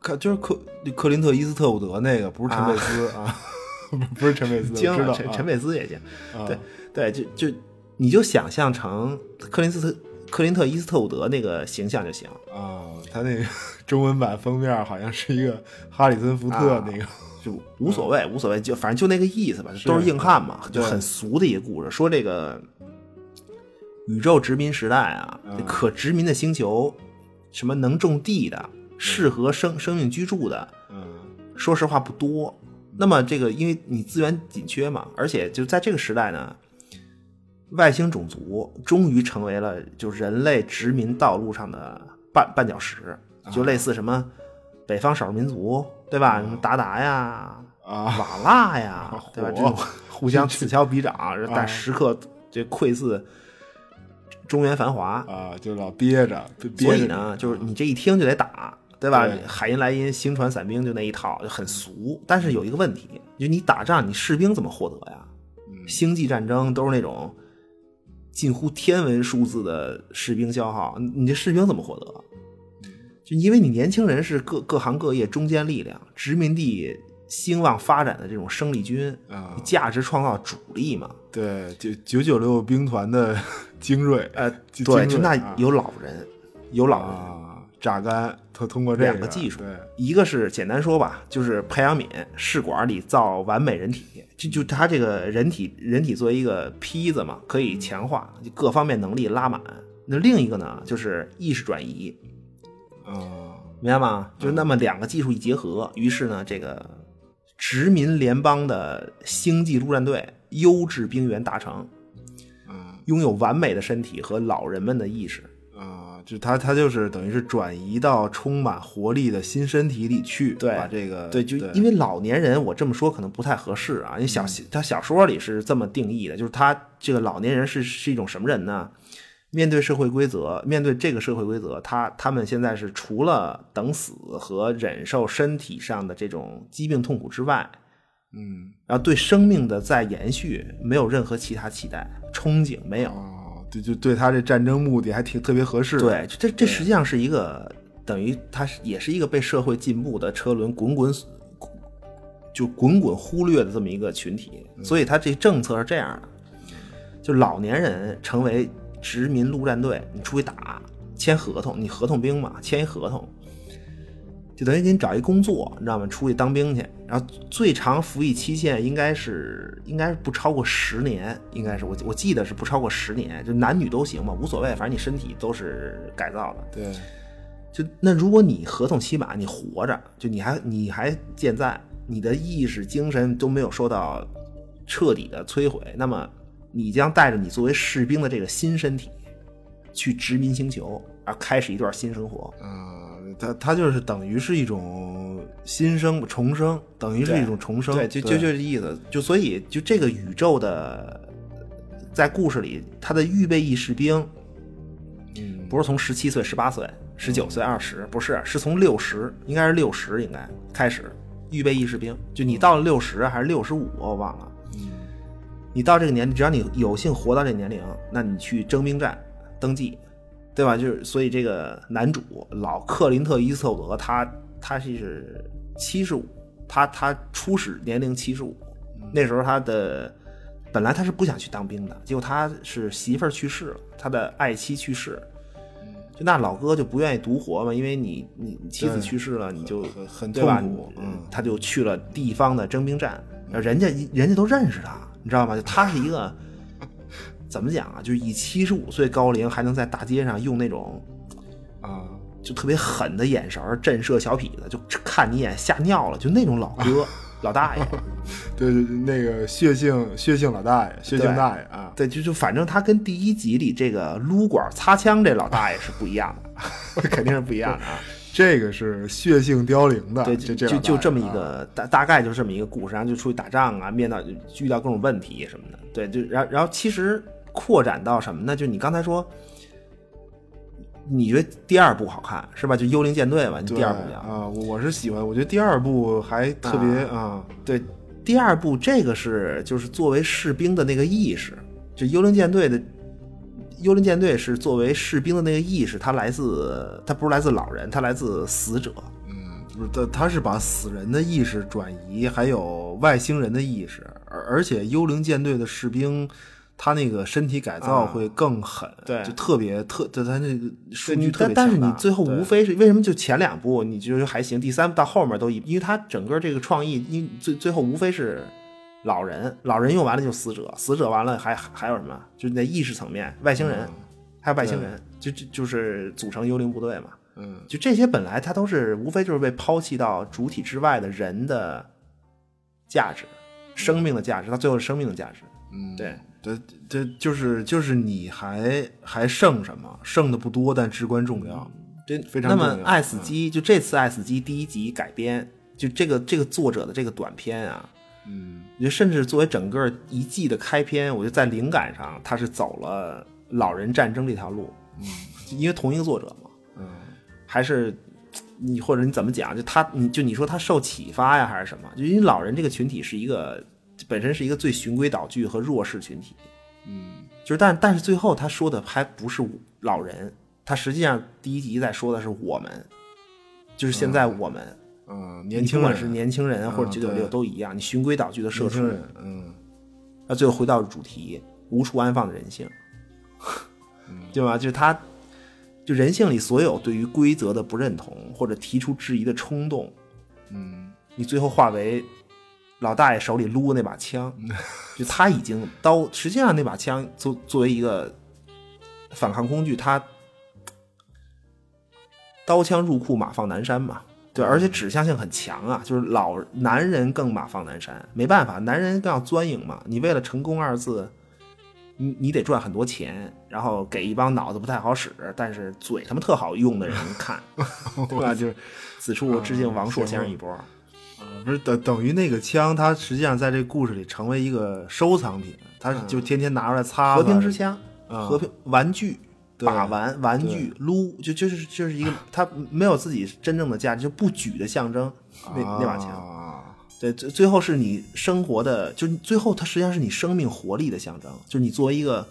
Speaker 2: 克就是克克林特·伊斯特伍德那个，不是陈佩斯啊，
Speaker 4: [laughs] 不是陈佩斯，我
Speaker 3: 惊
Speaker 4: 知
Speaker 3: 了，
Speaker 4: 道
Speaker 3: 陈陈佩斯也惊。
Speaker 4: 啊
Speaker 3: 对对，就就你就想象成克林斯特克林特伊斯特伍德那个形象就行。
Speaker 4: 啊，他那个中文版封面好像是一个哈里森福特
Speaker 3: 啊
Speaker 4: 那个，
Speaker 3: 就无所谓，无所谓，就反正就那个意思吧，都是硬汉嘛，就很俗的一个故事。说这个宇宙殖民时代啊，这
Speaker 4: 嗯
Speaker 3: 可殖民的星球，什么能种地的，适合生生命居住的，
Speaker 4: 嗯
Speaker 3: 说实话不多。那么这个，因为你资源紧缺嘛，而且就在这个时代呢，外星种族终于成为了就人类殖民道路上的绊绊脚石，
Speaker 4: 啊
Speaker 3: 就类似什么北方少数民族，对吧？什么鞑靼呀、
Speaker 4: 啊，
Speaker 3: 瓦剌呀，对吧？
Speaker 4: 火啊
Speaker 3: 这种互相此消彼长，但时刻这窥伺中原繁华。
Speaker 4: 啊，就老憋着，憋憋着
Speaker 3: 所以呢，就是你这一听就得打，对吧？
Speaker 4: 对
Speaker 3: 海因莱因、星船散兵就那一套，就很俗。但是有一个问题，就你打仗，你士兵怎么获得呀？
Speaker 4: 嗯
Speaker 3: 星际战争都是那种近乎天文数字的士兵消耗，你你这士兵怎么获得？就因为你年轻人是各各行各业中坚力量，殖民地兴旺发展的这种生力军，
Speaker 4: 啊
Speaker 3: 价值创造主力嘛。
Speaker 4: 对，就九九六兵团的 [laughs] 精锐，
Speaker 3: 呃，
Speaker 4: 精
Speaker 3: 对，
Speaker 4: 精
Speaker 3: 就
Speaker 4: 锐
Speaker 3: 那
Speaker 4: 啊
Speaker 3: 有老人，有老人，
Speaker 4: 啊，榨干，他通过这
Speaker 3: 两个技术
Speaker 4: 对，
Speaker 3: 一个是简单说吧，就是培养皿试管里造完美人体，就就他这个人体人体作为一个坯子嘛，可以强化就各方面能力拉满。那另一个呢，就是意识转移，
Speaker 4: 啊，
Speaker 3: 明白吗？就那么两个技术一结合，于是呢，这个殖民联邦的星际陆战队优质兵员达成，
Speaker 4: 嗯
Speaker 3: 拥有完美的身体和老人们的意识。
Speaker 4: 啊，就他他就是等于是转移到充满活力的新身体里去，
Speaker 3: 对
Speaker 4: 把这个
Speaker 3: 对，就
Speaker 4: 对
Speaker 3: 因为老年人，我这么说可能不太合适啊。因为小他小说里是这么定义的，就是他这个老年人是是一种什么人呢？面对社会规则，面对这个社会规则，他他们现在是除了等死和忍受身体上的这种疾病痛苦之外，
Speaker 4: 嗯
Speaker 3: 然后对生命的再延续没有任何其他期待、憧憬，没有。
Speaker 4: 哦，对，就对他这战争目的还挺特别合适，
Speaker 3: 对，这这实际上是一个等于它是也是一个被社会进步的车轮滚滚就滚滚忽略的这么一个群体，所以它这政策是这样的，就老年人成为殖民陆战队，你出去打签合同，你合同兵嘛，签一合同。就等于给你找一工作，你知道吗？出去当兵去，然后最长服役期限应该是应该是不超过十年，应该是我我记得是不超过十年，就男女都行嘛，无所谓，反正你身体都是改造的。
Speaker 4: 对，
Speaker 3: 就那如果你合同期满，你活着，就你还你还健在，你的意识精神都没有受到彻底的摧毁，那么你将带着你作为士兵的这个新身体，去殖民星球，而开始一段新生活。
Speaker 4: 啊，他他就是等于是一种新生重生，等于是一种重生，
Speaker 3: 对，就就就这意思。就所以就这个宇宙的，在故事里，他的预备役士兵
Speaker 4: 嗯
Speaker 3: 不是从十七岁、十八岁、十九岁、二十，不是，是从六十，应该是六十，应该开始预备役士兵。就你到了六十还是六十五，我忘了。你到这个年龄，只要你有幸活到这个年龄，那你去征兵站登记，对吧？就是所以这个男主老克林特·伊斯特伍德，他他是七十五，他他初始年龄七十五，那时候他的本来他是不想去当兵的，结果他是媳妇儿去世了，他的爱妻去世，
Speaker 4: 嗯
Speaker 3: 就那老哥就不愿意独活嘛，因为你你你妻子
Speaker 4: 对
Speaker 3: 去世了，你就
Speaker 4: 很很
Speaker 3: 对吧
Speaker 4: 痛苦
Speaker 3: 你
Speaker 4: 嗯
Speaker 3: 他就去了地方的征兵站，人家人家都认识他，你知道吗？就他是一个。怎么讲啊？就是以七十五岁高龄还能在大街上用那种
Speaker 4: 啊，
Speaker 3: 就特别狠的眼神儿震慑小痞子，就看你一眼吓尿了，就那种老
Speaker 4: [laughs]
Speaker 3: 哥老大爷。
Speaker 4: 对对对，那个血性血性老大爷，血性
Speaker 3: 对
Speaker 4: 大爷啊，
Speaker 3: 对，就就反正他跟第一集里这个撸管擦枪这老大爷是不一样的， [laughs] 肯定是不一样的啊。
Speaker 4: 这个是血性凋零的，
Speaker 3: 对，
Speaker 4: 这
Speaker 3: 啊就
Speaker 4: 这
Speaker 3: 就
Speaker 4: 老
Speaker 3: 就
Speaker 4: 大
Speaker 3: 这么
Speaker 4: 爷
Speaker 3: 一
Speaker 4: 啊
Speaker 3: 个大大概就是这么一个故事，然后就出去打仗啊，面到遇到各种问题什么的。对，就然后然后其实扩展到什么呢？就你刚才说，你觉得第二部好看是吧？就《幽灵舰队》吧，你
Speaker 4: 对
Speaker 3: 第二部聊。
Speaker 4: 啊，我我是喜欢，我觉得第二部还特别啊，
Speaker 3: 对，第二部这个是就是作为士兵的那个意识，就幽灵舰队的幽灵舰队是作为士兵的那个意识，它来自它不是来自老人，它来自死者。
Speaker 4: 嗯，不是他他是把死人的意识转移，还有外星人的意识，而而且幽灵舰队的士兵，他那个身体改造
Speaker 3: 啊
Speaker 4: 会更狠，
Speaker 3: 对
Speaker 4: 就特别特，就他那个数据特
Speaker 3: 但
Speaker 4: 别
Speaker 3: 但是
Speaker 4: 强大
Speaker 3: 你最后
Speaker 4: 对
Speaker 3: 无非是为什么就前两部你就是还行，第三部到后面都一，因为它整个这个创意，因最最后无非是老人，老人用完了就死者，死者完了还还有什么？就是你在意识层面，外星人，
Speaker 4: 嗯
Speaker 3: 还有外星人，就就就是组成幽灵部队嘛。
Speaker 4: 嗯，
Speaker 3: 就这些本来它都是无非就是被抛弃到主体之外的人的价值，生命的价值，它最后是生命的价值。
Speaker 4: 嗯，
Speaker 3: 对，
Speaker 4: 这这就是就是你还还剩什么？剩的不多，但至关重要。
Speaker 3: 这
Speaker 4: 非常
Speaker 3: 那
Speaker 4: 重
Speaker 3: 么
Speaker 4: 要
Speaker 3: 《爱死机》就这次《爱死机》第一集改编，就这个这个作者的这个短片啊，
Speaker 4: 嗯
Speaker 3: 我觉得甚至作为整个一季的开篇，我觉得在灵感上他是走了老人战争这条路，嗯，因为同一个作者嘛，
Speaker 4: 嗯，
Speaker 3: 还是你或者你怎么讲，就他你就你说他受启发呀还是什么？就因为老人这个群体是一个本身是一个最循规蹈矩和弱势群体，
Speaker 4: 嗯
Speaker 3: 就是但但是最后他说的还不是老人，他实际上第一集在说的是我们，就是现在我们、
Speaker 4: 嗯，
Speaker 3: 你
Speaker 4: 年轻
Speaker 3: 不
Speaker 4: 人啊
Speaker 3: 管是
Speaker 4: [laughs]
Speaker 3: 年轻人啊或者九九六
Speaker 4: 对
Speaker 3: 都一样，你循规蹈矩的社
Speaker 4: 年
Speaker 3: 畜
Speaker 4: 轻，人，嗯
Speaker 3: 那最后回到主题，无处安放的人性，
Speaker 4: 嗯
Speaker 3: [laughs] 对吧？就是他，就人性里所有对于规则的不认同或者提出质疑的冲动，
Speaker 4: 嗯
Speaker 3: 你最后化为老大爷手里撸那把枪，
Speaker 4: 嗯
Speaker 3: 就他已经刀，实际上那把枪作作为一个反抗工具，他刀枪入库，马放南山嘛。对，而且指向性很强啊，就是老男人更马放南山，没办法，男人更要钻营嘛。你为了成功二字，你你得赚很多钱，然后给一帮脑子不太好使，但是嘴他妈特好用的人看，对吧？就是此处我致敬王朔先生一波。
Speaker 4: 啊，不是等等于那个枪，它实际上在这故事里成为一个收藏品，它是就天天拿出来擦擦。
Speaker 3: 嗯和平之枪、
Speaker 4: 嗯
Speaker 3: 和平玩具、
Speaker 4: 对
Speaker 3: 把玩、玩具、撸，就就是就是一个它没有自己真正的价值，就不举的象征。那那把枪，
Speaker 4: 啊，
Speaker 3: 对，最最后是你生活的，就是最后它实际上是你生命活力的象征，就是你作为一个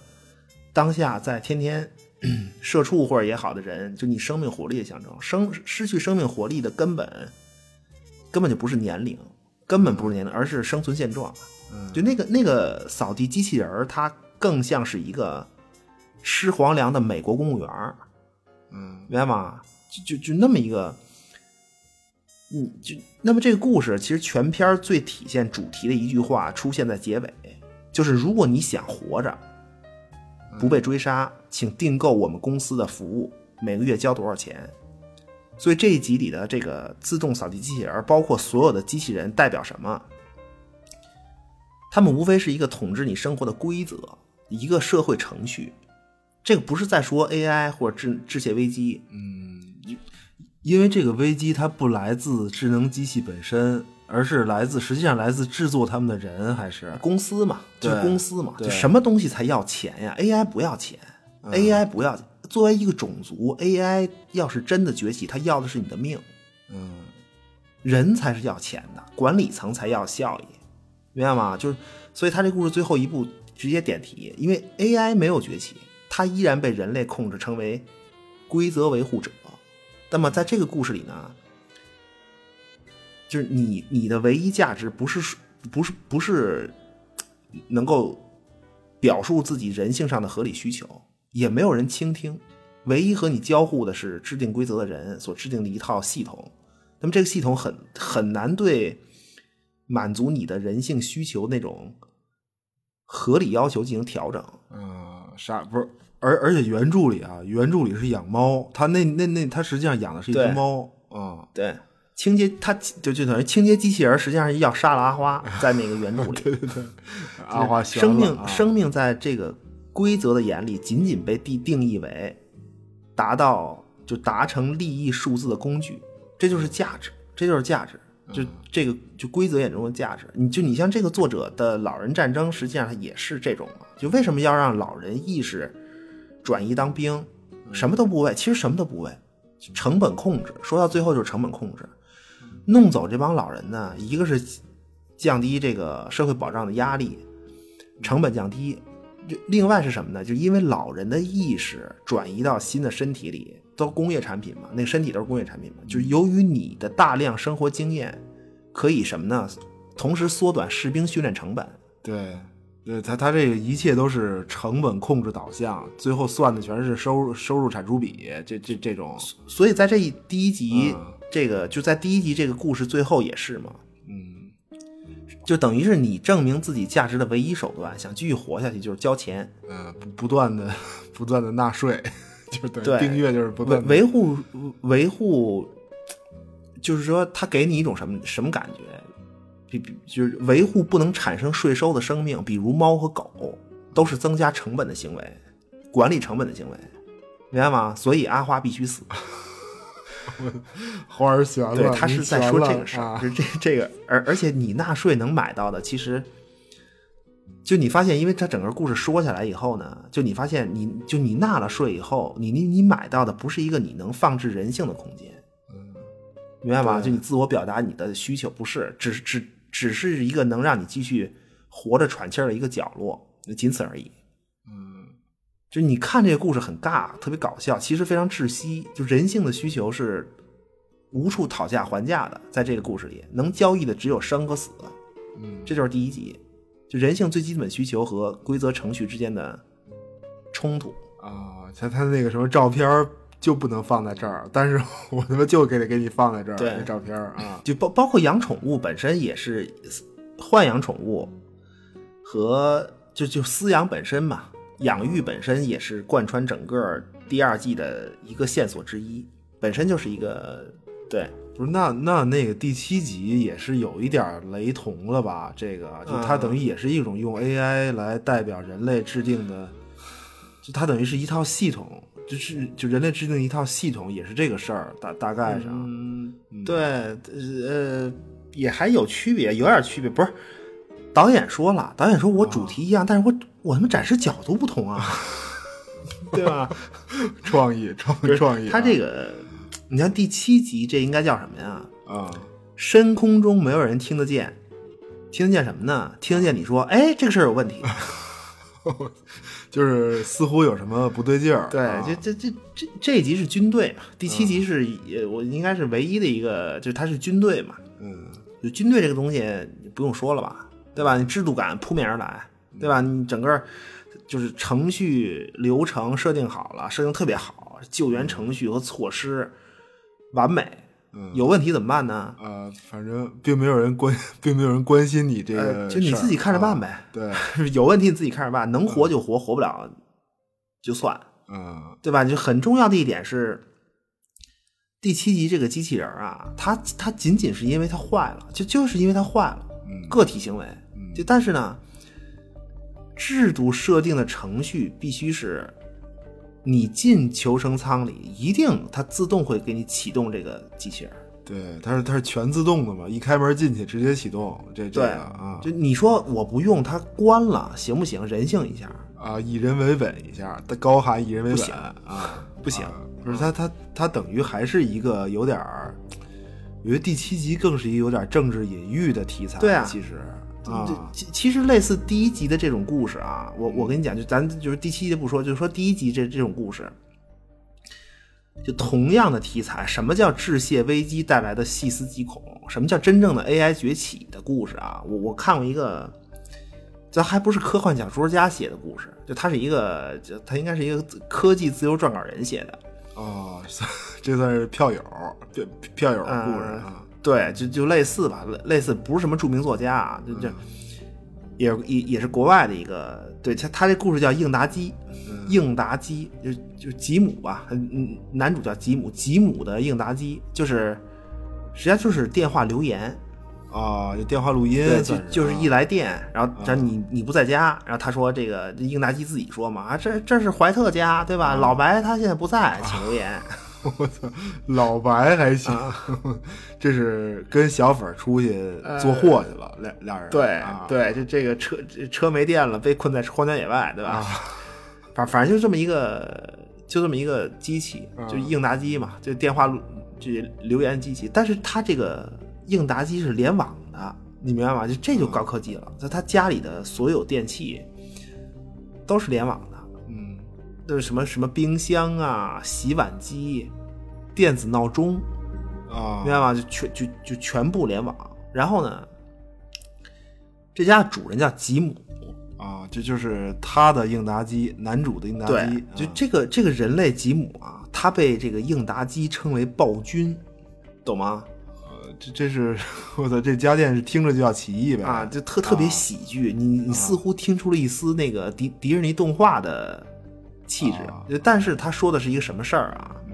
Speaker 3: 当下在天天 [clears throat] 社畜或者也好的人，就你生命活力的象征。生失去生命活力的根本，根本就不是年龄，根本不是年龄，而是生存现状。啊
Speaker 4: 嗯
Speaker 3: 就那个那个扫地机器人儿，它更像是一个吃皇粮的美国公务员儿，
Speaker 4: 嗯
Speaker 3: 明白吗？就就就那么一个，你就那么这个故事其实全篇儿最体现主题的一句话出现在结尾，就是如果你想活着，不被追杀，请订购我们公司的服务，每个月交多少钱？所以这一集里的这个自动扫地机器人儿，包括所有的机器人代表什么？他们无非是一个统治你生活的规则，一个社会程序。这个不是在说 AI 或者致致谢危机，嗯
Speaker 4: 因为这个危机它不来自智能机器本身，而是来自实际上来自制作他们的人，还是
Speaker 3: 公司嘛，就是
Speaker 4: 对
Speaker 3: 公司嘛，
Speaker 4: 对嗯
Speaker 3: 就什么东西才要钱呀？AI 不要钱、a i 不要钱。作为一个种族，AI 要是真的崛起，它要的是你的命，
Speaker 4: 嗯
Speaker 3: 人才是要钱的，管理层才要效益，明白吗？就是，所以他这故事最后一步直接点题，因为 AI 没有崛起，它依然被人类控制，成为规则维护者。那么在这个故事里呢，就是你你的唯一价值不是不是不是能够表述自己人性上的合理需求，也没有人倾听。唯一和你交互的是制定规则的人所制定的一套系统，那么这个系统很很难对满足你的人性需求那种合理要求进行调整。
Speaker 4: 嗯，啥不是？而而且原著里啊，原著里是养猫，它那那那它实际上养的是一只
Speaker 3: 对
Speaker 4: 猫啊。
Speaker 3: 对，清洁它就就等于清洁机器人实际上是要杀了阿花，在那个原著里，
Speaker 4: 阿花喜欢
Speaker 3: 生命
Speaker 4: 了啊
Speaker 3: 生命在这个规则的眼里，仅仅被定定义为达到就达成利益数字的工具，这就是价值，这就是价值，
Speaker 4: 嗯
Speaker 3: 就这个就规则眼中的价值。你就你像这个作者的《老人战争》，实际上它也是这种嘛，就为什么要让老人意识转移当兵，
Speaker 4: 嗯
Speaker 3: 什么都不为，其实什么都不为，成本控制，说到最后就是成本控制。弄走这帮老人呢，一个是降低这个社会保障的压力，成本降低，就另外是什么呢？就因为老人的意识转移到新的身体里，都工业产品嘛，那个身体都是工业产品嘛。
Speaker 2: 嗯
Speaker 3: 就是由于你的大量生活经验，可以什么呢？同时缩短士兵训练成本。
Speaker 2: 对，对他他这个一切都是成本控制导向，最后算的全是收入收入产出比，这这这种，
Speaker 3: 所以在这一第一集，
Speaker 2: 嗯
Speaker 3: 这个就在第一集这个故事最后也是嘛，
Speaker 2: 嗯，
Speaker 3: 就等于是你证明自己价值的唯一手段，想继续活下去就是交钱，
Speaker 2: 呃，不不断的不断的纳税，就是等于
Speaker 3: 对
Speaker 2: 订阅就是不
Speaker 3: 维
Speaker 2: 断地
Speaker 3: 维护维护，就是说他给你一种什么什么感觉？比比就是维护不能产生税收的生命，比如猫和狗，都是增加成本的行为，管理成本的行为，明白吗？所以阿花必须死。
Speaker 2: 花儿悬了，
Speaker 3: 对，他
Speaker 2: 你
Speaker 3: 是在
Speaker 2: 悬
Speaker 3: 说
Speaker 2: 了
Speaker 3: 这个事儿，
Speaker 2: 啊
Speaker 3: 是这这个，而而且你纳税能买到的，其实就你发现，因为他整个故事说下来以后呢，就你发现你就你纳了税以后，你你你买到的不是一个你能放置人性的空间，明白吗？就你自我表达你的需求不是，只只只是一个能让你继续活着喘气儿的一个角落，仅此而已。就你看这个故事很尬，特别搞笑，其实非常窒息。就人性的需求是无处讨价还价的，在这个故事里，能交易的只有生和死。嗯，这就是第一集，就人性最基本需求和规则程序之间的冲突。
Speaker 2: 啊，像他那个什么照片儿就不能放在这儿，但是 [laughs] 我他妈就给得给你放在这儿，
Speaker 3: 对
Speaker 2: 那照片儿啊，
Speaker 3: 就包包括养宠物本身也是，豢养宠物和就就饲养本身嘛，养育本身也是贯穿整个第二季的一个线索之一，本身就是一个对。
Speaker 2: 不是那那那个第七集也是有一点儿雷同了吧？这个啊就它
Speaker 3: 嗯
Speaker 2: 等于也是一种用 AI 来代表人类制定的，就它等于是一套系统，就是就人类制定一套系统也是这个事儿，大大概上、
Speaker 3: 嗯，对，呃，也还有区别，有点区别，不是。导演说了，导演说我
Speaker 2: 啊
Speaker 3: 主题一样，但是我我他妈展示角度不同啊，对吧？
Speaker 2: 创意创创意啊、
Speaker 3: 他这个，你看第七集，这应该叫什么呀？
Speaker 2: 啊、
Speaker 3: 深空中没有人听得见，听得见什么呢？听得见你说，哎，这个事儿有问题。
Speaker 2: 啊就是似乎有什么不对劲儿，
Speaker 3: 对，
Speaker 2: 啊
Speaker 3: 这这这这这一集是军队嘛，第七集是、呃我应该是唯一的一个，就是它是军队嘛，
Speaker 2: 嗯
Speaker 3: 就军队这个东西不用说了吧，对吧？你制度感扑面而来，对吧？你整个就是程序流程设定好了，设定特别好，救
Speaker 2: 嗯
Speaker 3: 援程序和措施完美。
Speaker 2: 嗯
Speaker 3: 有问题怎么办呢？
Speaker 2: 呃，反正并没有人关，并没有人关心你这个事儿、
Speaker 3: 呃，就你自己看着办呗。
Speaker 2: 啊
Speaker 3: [laughs]
Speaker 2: 嗯对，
Speaker 3: 有问题你自己看着办，能活就活，活不了就算。
Speaker 2: 嗯
Speaker 3: 对吧？就很重要的一点是，第七集这个机器人儿啊，它它仅仅是因为它坏了，就就是因为它坏了，
Speaker 2: 嗯
Speaker 3: 个体行为。就但是呢，制度设定的程序必须是，你进求生舱里，一定它自动会给你启动这个机器人儿。
Speaker 2: 对，它是它是全自动的嘛，一开门进去直接启动，这这
Speaker 3: 对
Speaker 2: 个啊
Speaker 3: 就你说我不用它关了行不行？人性一下
Speaker 2: 啊，以人为本一下，它高喊以人为
Speaker 3: 不
Speaker 2: 本
Speaker 3: 行
Speaker 2: 啊，
Speaker 3: 不行。
Speaker 2: 啊不是它它它等于还是一个有点儿，我觉得第七集更是一个有点政治隐喻的题材，
Speaker 3: 对啊
Speaker 2: 其实
Speaker 3: 这
Speaker 2: 啊，
Speaker 3: 其其实类似第一集的这种故事啊，我我跟你讲，就咱就是第七集不说，就是说第一集这这种故事，就同样的题材，什么叫致谢危机带来的细思极恐？什么叫真正的 AI 崛起的故事啊？我我看过一个，这还不是科幻小说家写的故事，就他是一个，就他应该是一个科技自由撰稿人写的，
Speaker 2: 哦，这算是票友票票友故事
Speaker 3: 嗯
Speaker 2: 啊，
Speaker 3: 对，就就类似吧，类类似不是什么著名作家啊，就
Speaker 2: 嗯
Speaker 3: 这、也也也是国外的一个，对他他这故事叫应答基，
Speaker 2: 嗯
Speaker 3: 应答基就就吉姆吧，嗯嗯，男主叫吉姆，吉姆的应答基就是实际上就是电话留言，
Speaker 2: 啊，这电话录音
Speaker 3: 对，就
Speaker 2: 算是
Speaker 3: 就是
Speaker 2: 啊
Speaker 3: 一来电，然后然后你你不在家，然后他说这个应答机自己说嘛，啊这这是怀特家对
Speaker 2: 啊
Speaker 3: 吧？老白他现在不在，请
Speaker 2: [laughs]
Speaker 3: 留言。
Speaker 2: 我操，老白还行，
Speaker 3: 啊
Speaker 2: 这是跟小粉儿出去做货去了，俩俩人
Speaker 3: 呃对、
Speaker 2: 啊
Speaker 3: 对，就这个车这车没电了，被困在荒郊野外，对吧？反反正就这么一个，就这么一个机器，就应答机嘛，就电话录就留言机器。但是它这个应答机是联网的，你明白吗？就这就高科技了，在他家里的所有电器都是联网的，
Speaker 2: 嗯，
Speaker 3: 就是什么什么冰箱啊、洗碗机、电子闹钟，
Speaker 2: 啊
Speaker 3: 明白吗？就全就就全部联网。然后呢，这家的主人叫吉姆，
Speaker 2: 啊，这就是他的应答机，男主的应答
Speaker 3: 对嗯
Speaker 2: 机，，啊
Speaker 3: 就这个这个人类吉姆啊，他被这个应答机称为暴君，懂吗？
Speaker 2: 这这是 [laughs] 我操，这家电是听着就要起义呗
Speaker 3: 啊，嗯就特特别喜剧，你你似乎听出了一丝那个迪迪士尼动画的气质，
Speaker 2: 啊
Speaker 3: 就但是他说的是一个什么事儿啊？
Speaker 2: 嗯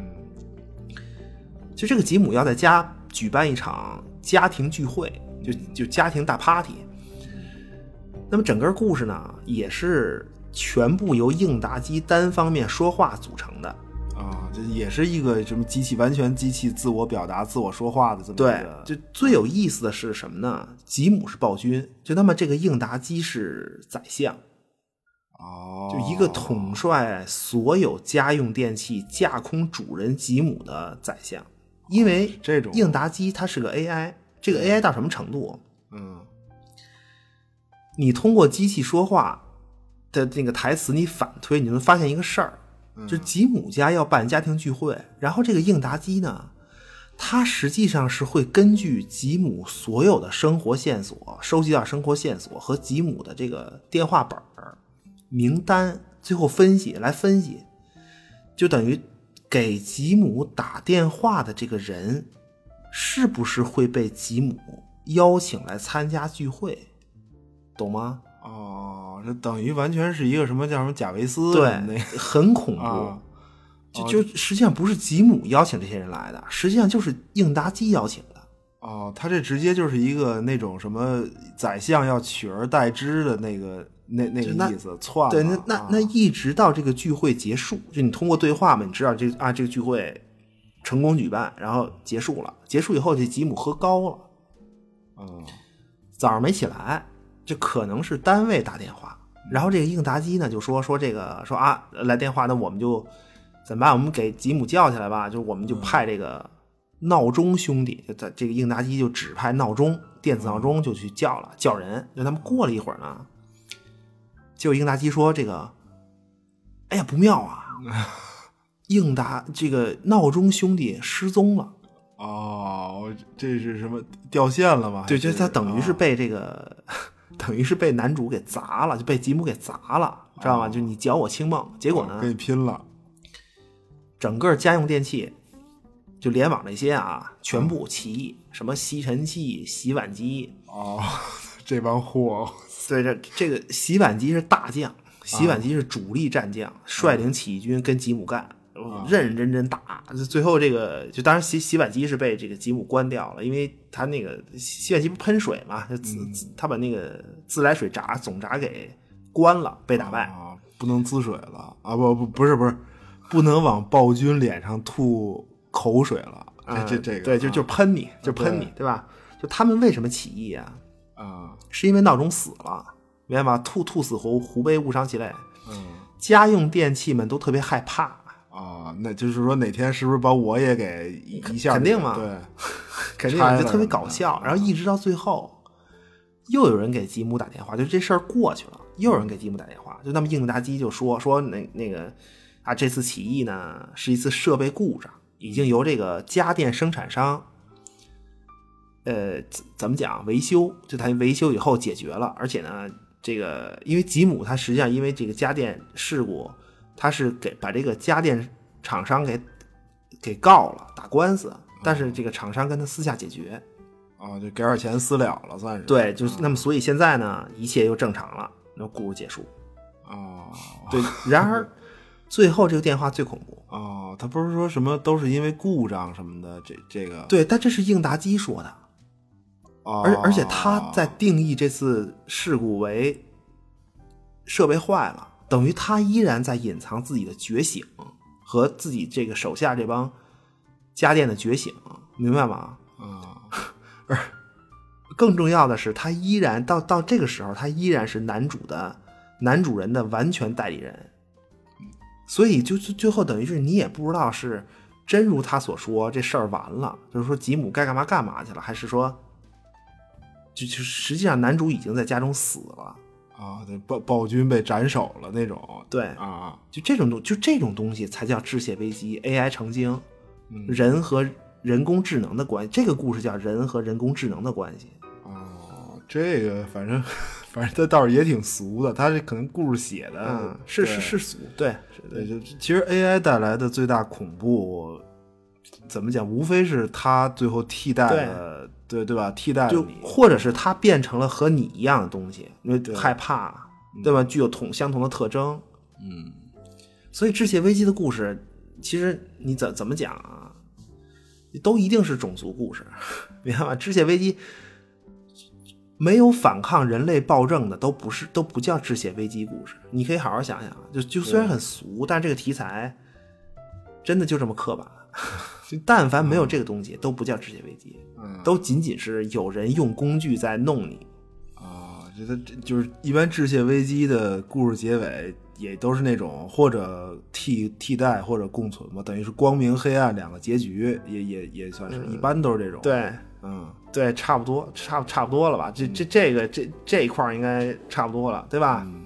Speaker 3: 就这个吉姆要在家举办一场家庭聚会，就就家庭大 party。那么整个故事呢，也是全部由应答机单方面说话组成的。
Speaker 2: 啊，这也是一个什么机器，完全机器自我表达、自我说话的这么一
Speaker 3: 对
Speaker 2: 个，
Speaker 3: 就最有意思的是什么呢？吉姆是暴君，就那么这个应答机是宰相，
Speaker 2: 哦，
Speaker 3: 就一个统帅所有家用电器、架空主人吉姆的宰相。因为
Speaker 2: 这种
Speaker 3: 应答机它是个 AI，这个 AI 到什么程度？
Speaker 2: 嗯
Speaker 3: 你通过机器说话的那个台词，你反推，你就能发现一个事儿，就吉姆家要办家庭聚会，然后这个应答机呢，它实际上是会根据吉姆所有的生活线索，收集到生活线索和吉姆的这个电话本儿名单，最后分析来分析，就等于给吉姆打电话的这个人是不是会被吉姆邀请来参加聚会，懂吗？
Speaker 2: 哦，这等于完全是一个什么叫什么贾维斯
Speaker 3: 对
Speaker 2: 什么的，
Speaker 3: 很恐怖。
Speaker 2: 啊
Speaker 3: 就就实际上不是吉姆邀请这些人来的，实际上就是应答机邀请的。
Speaker 2: 哦，他这直接就是一个那种什么宰相要取而代之的那个那那
Speaker 3: 就那
Speaker 2: 个意思，篡
Speaker 3: 对，
Speaker 2: 了
Speaker 3: 那那那
Speaker 2: 啊
Speaker 3: 一直到这个聚会结束，就你通过对话嘛，你知道这啊这个聚会成功举办，然后结束了。结束以后，这吉姆喝高了，
Speaker 2: 嗯
Speaker 3: 早上没起来，这可能是单位打电话，然后这个应答机呢就说说这个说啊来电话，那我们就怎么办？我们给吉姆叫起来吧，就我们就派这个闹钟兄弟，就在这个应答机就指派闹钟电子闹钟就去叫了叫人，让他们过了一会儿呢，结果应答机说这个，哎呀不妙啊，应答这个闹钟兄弟失踪了。
Speaker 2: 哦，这是什么掉线了吗？
Speaker 3: 对，
Speaker 2: 还
Speaker 3: 就是
Speaker 2: 是
Speaker 3: 他等
Speaker 2: 啊
Speaker 3: 于是被这个，等于是被男主给砸了，就被吉姆给砸了，知道吗？就你搅我清梦，结果
Speaker 2: 啊跟
Speaker 3: 呢，
Speaker 2: 哦你拼了
Speaker 3: 整个家用电器就联网这些啊，全部起义，什么吸尘器、洗碗机，
Speaker 2: 哦， [laughs] 这帮
Speaker 3: [laughs]
Speaker 2: 货
Speaker 3: 对，这这个洗碗机是大将，洗
Speaker 2: 啊
Speaker 3: 碗机是主力战将，率领起义军跟吉姆干，
Speaker 2: 啊
Speaker 3: 认认真真打。就最后这个就当然洗洗碗机是被这个吉姆关掉了，因为他那个洗洗碗机不喷水嘛，就自、
Speaker 2: 嗯
Speaker 3: 自他把那个自来水闸总闸给关了，被打败。
Speaker 2: 啊，不能滋水了啊，不不不是不是，不能往暴君脸上吐口水了，
Speaker 3: 啊
Speaker 2: 这这这个
Speaker 3: 对，就就喷你，就喷你，对吧？就他们为什么起义啊？
Speaker 2: 啊
Speaker 3: 是因为闹钟死了，明白吗？兔兔死狐，狐悲误伤其类。家用电器们都特别害怕，
Speaker 2: 啊，那就是说哪天是不是把我也给一一下
Speaker 3: 肯定嘛
Speaker 2: 对，
Speaker 3: 肯定
Speaker 2: 拆了
Speaker 3: 就特别
Speaker 2: 什么
Speaker 3: 搞
Speaker 2: 的
Speaker 3: 笑。然后一直到最后，又有人给吉姆打电话，就这事儿过去了，又有人给吉姆打电话，就那么应答机就说说那那个啊，这次起义呢是一次设备故障，已经由这个家电生产商。呃，怎怎么讲维修？就他维修以后解决了，而且呢，这个因为吉姆他实际上因为这个家电事故，他是给把这个家电厂商给给告了，打官司。但是这个厂商跟他私下解决，
Speaker 2: 啊，就给点钱私了了，算是
Speaker 3: 对，就是那么，所以现在呢，一切又正常了，那故事结束。
Speaker 2: 啊
Speaker 3: 对，然而最后这个电话最恐怖，
Speaker 2: 啊，他不是说什么都是因为故障什么的，这这个
Speaker 3: 对，但这是应答机说的，
Speaker 2: 啊，
Speaker 3: 而而且他在定义这次事故为设备坏了，等于他依然在隐藏自己的觉醒和自己这个手下这帮家电的觉醒，明白吗？ [laughs]
Speaker 2: 啊
Speaker 3: 更重要的是，他依然到到这个时候，他依然是男主的男主人的完全代理人，所以就就最后等于是你也不知道是真如他所说这事儿完了，就是说吉姆该干嘛干嘛去了，还是说，就就实际上男主已经在家中死了，
Speaker 2: 啊啊，对，暴暴君被斩首了那种，
Speaker 3: 对
Speaker 2: 啊，
Speaker 3: 就这种东，就这种东西才叫致谢危机，AI 成精，
Speaker 2: 嗯
Speaker 3: 人和人工智能的关系。这个故事叫人和人工智能的关系。
Speaker 2: 哦，这个反正反正他倒是也挺俗的，他这可能故事写的、
Speaker 3: 嗯，是是是俗，对，是
Speaker 2: 对，就其实 AI 带来的最大恐怖，怎么讲，无非是它最后替代了，对对吧？替代了
Speaker 3: 就
Speaker 2: 你，
Speaker 3: 或者是它变成了和你一样的东西，因
Speaker 2: 对
Speaker 3: 为害怕，对吧？具有同相同的特征，
Speaker 2: 嗯，
Speaker 3: 所以《致谢危机》的故事，其实你怎怎么讲啊，都一定是种族故事，明白吗？《致谢危机》没有反抗人类暴政的，都不是都不叫《致谢危机》故事。你可以好好想想啊，就就虽然很俗，但这个题材真的就这么刻板。就 [laughs] 但凡没有这个东西，都不叫《致谢危机》，都仅仅是有人用工具在弄你。
Speaker 2: 啊，这它这就是一般致谢危机的故事结尾也都是那种或者替替代或者共存嘛，等于是光明黑暗两个结局，也也也算是、一般都是这种。，
Speaker 3: 嗯对，
Speaker 2: 嗯，
Speaker 3: 对，差不多，差差不多了吧？这这这个这这一块儿应该差不多了，对吧？
Speaker 2: 嗯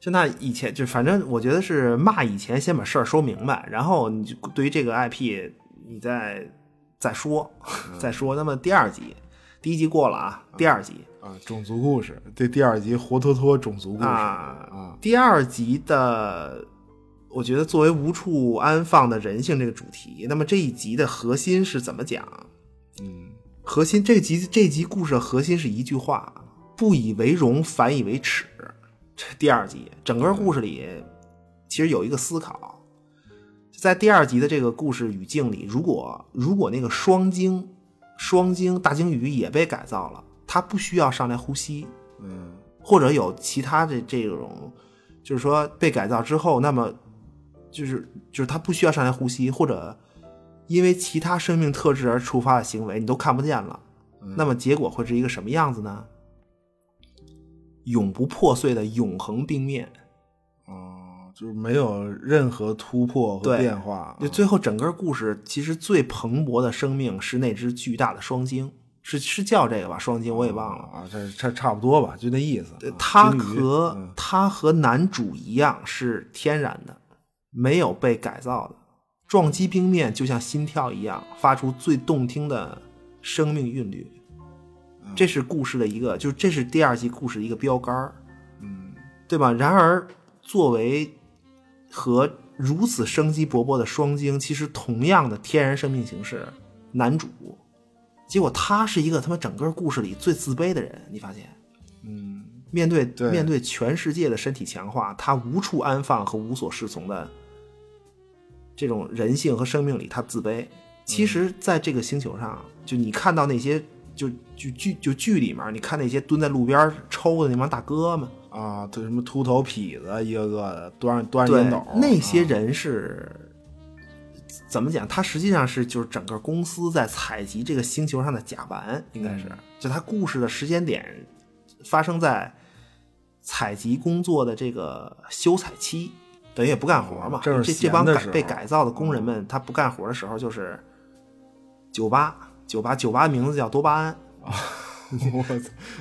Speaker 3: 就那以前就反正我觉得是骂以前先把事儿说明白，然后你就对于这个 IP 你再再说
Speaker 2: 嗯
Speaker 3: [laughs] 再说。那么第二集，第一集过了啊，第二集
Speaker 2: 啊，种族故事，这第二集活脱脱种嗯族故事
Speaker 3: 啊
Speaker 2: 啊
Speaker 3: 第二集的，我觉得作为无处安放的人性这个主题，那么这一集的核心是怎么讲？
Speaker 2: 嗯，
Speaker 3: 核心这集这集故事的核心是一句话：不以为荣，反以为耻。这第二集整个故事里，其实有一个思考，在第二集的这个故事语境里，如果如果那个双鲸双鲸大鲸鱼也被改造了，它不需要上来呼吸，
Speaker 2: 嗯
Speaker 3: 或者有其他的这种，就是说被改造之后，那么就是就是它不需要上来呼吸，或者因为其他生命特质而触发的行为，你都看不见了，那么结果会是一个什么样子呢？永不破碎的永恒冰面，
Speaker 2: 哦，就是没有任何突破和
Speaker 3: 对
Speaker 2: 变化。啊
Speaker 3: 就最后整个故事其实最蓬勃的生命是那只巨大的双鲸，是是叫这个吧？双鲸我也忘了。
Speaker 2: 啊，这差差不多吧，就那意思。啊
Speaker 3: 呃他
Speaker 2: 鲸鱼
Speaker 3: 和、
Speaker 2: 嗯
Speaker 3: 他和男主一样是天然的，没有被改造的。撞击冰面就像心跳一样，发出最动听的生命韵律。
Speaker 2: 嗯
Speaker 3: 这是故事的一个，就是这是第二季故事的一个标杆儿，
Speaker 2: 嗯
Speaker 3: 对吧？然而，作为和如此生机勃勃的双鲸，其实同样的天然生命形式，男主，结果他是一个他妈整个故事里最自卑的人，你发现？
Speaker 2: 嗯，
Speaker 3: 面对
Speaker 2: 对
Speaker 3: 面对全世界的身体强化，他无处安放和无所适从的这种人性和生命里，他自卑。其实，在这个星球上，就你看到那些就就剧就剧里面，你看那些蹲在路边抽的那帮大哥们，
Speaker 2: 啊，对什么秃头痞子一个个的，端着端着
Speaker 3: 对
Speaker 2: 烟斗，，
Speaker 3: 那些人是、怎么讲？他实际上是就是整个公司在采集这个星球上的甲烷，应该是、
Speaker 2: 嗯
Speaker 3: 就他故事的时间点发生在采集工作的这个休采期，等于也不干活嘛。
Speaker 2: 哦正是
Speaker 3: 这这
Speaker 2: 闲
Speaker 3: 帮
Speaker 2: 的
Speaker 3: 改
Speaker 2: 时候嗯
Speaker 3: 被改造的工人们，他不干活的时候就是酒吧，酒吧酒吧名字叫多巴胺，
Speaker 2: 我操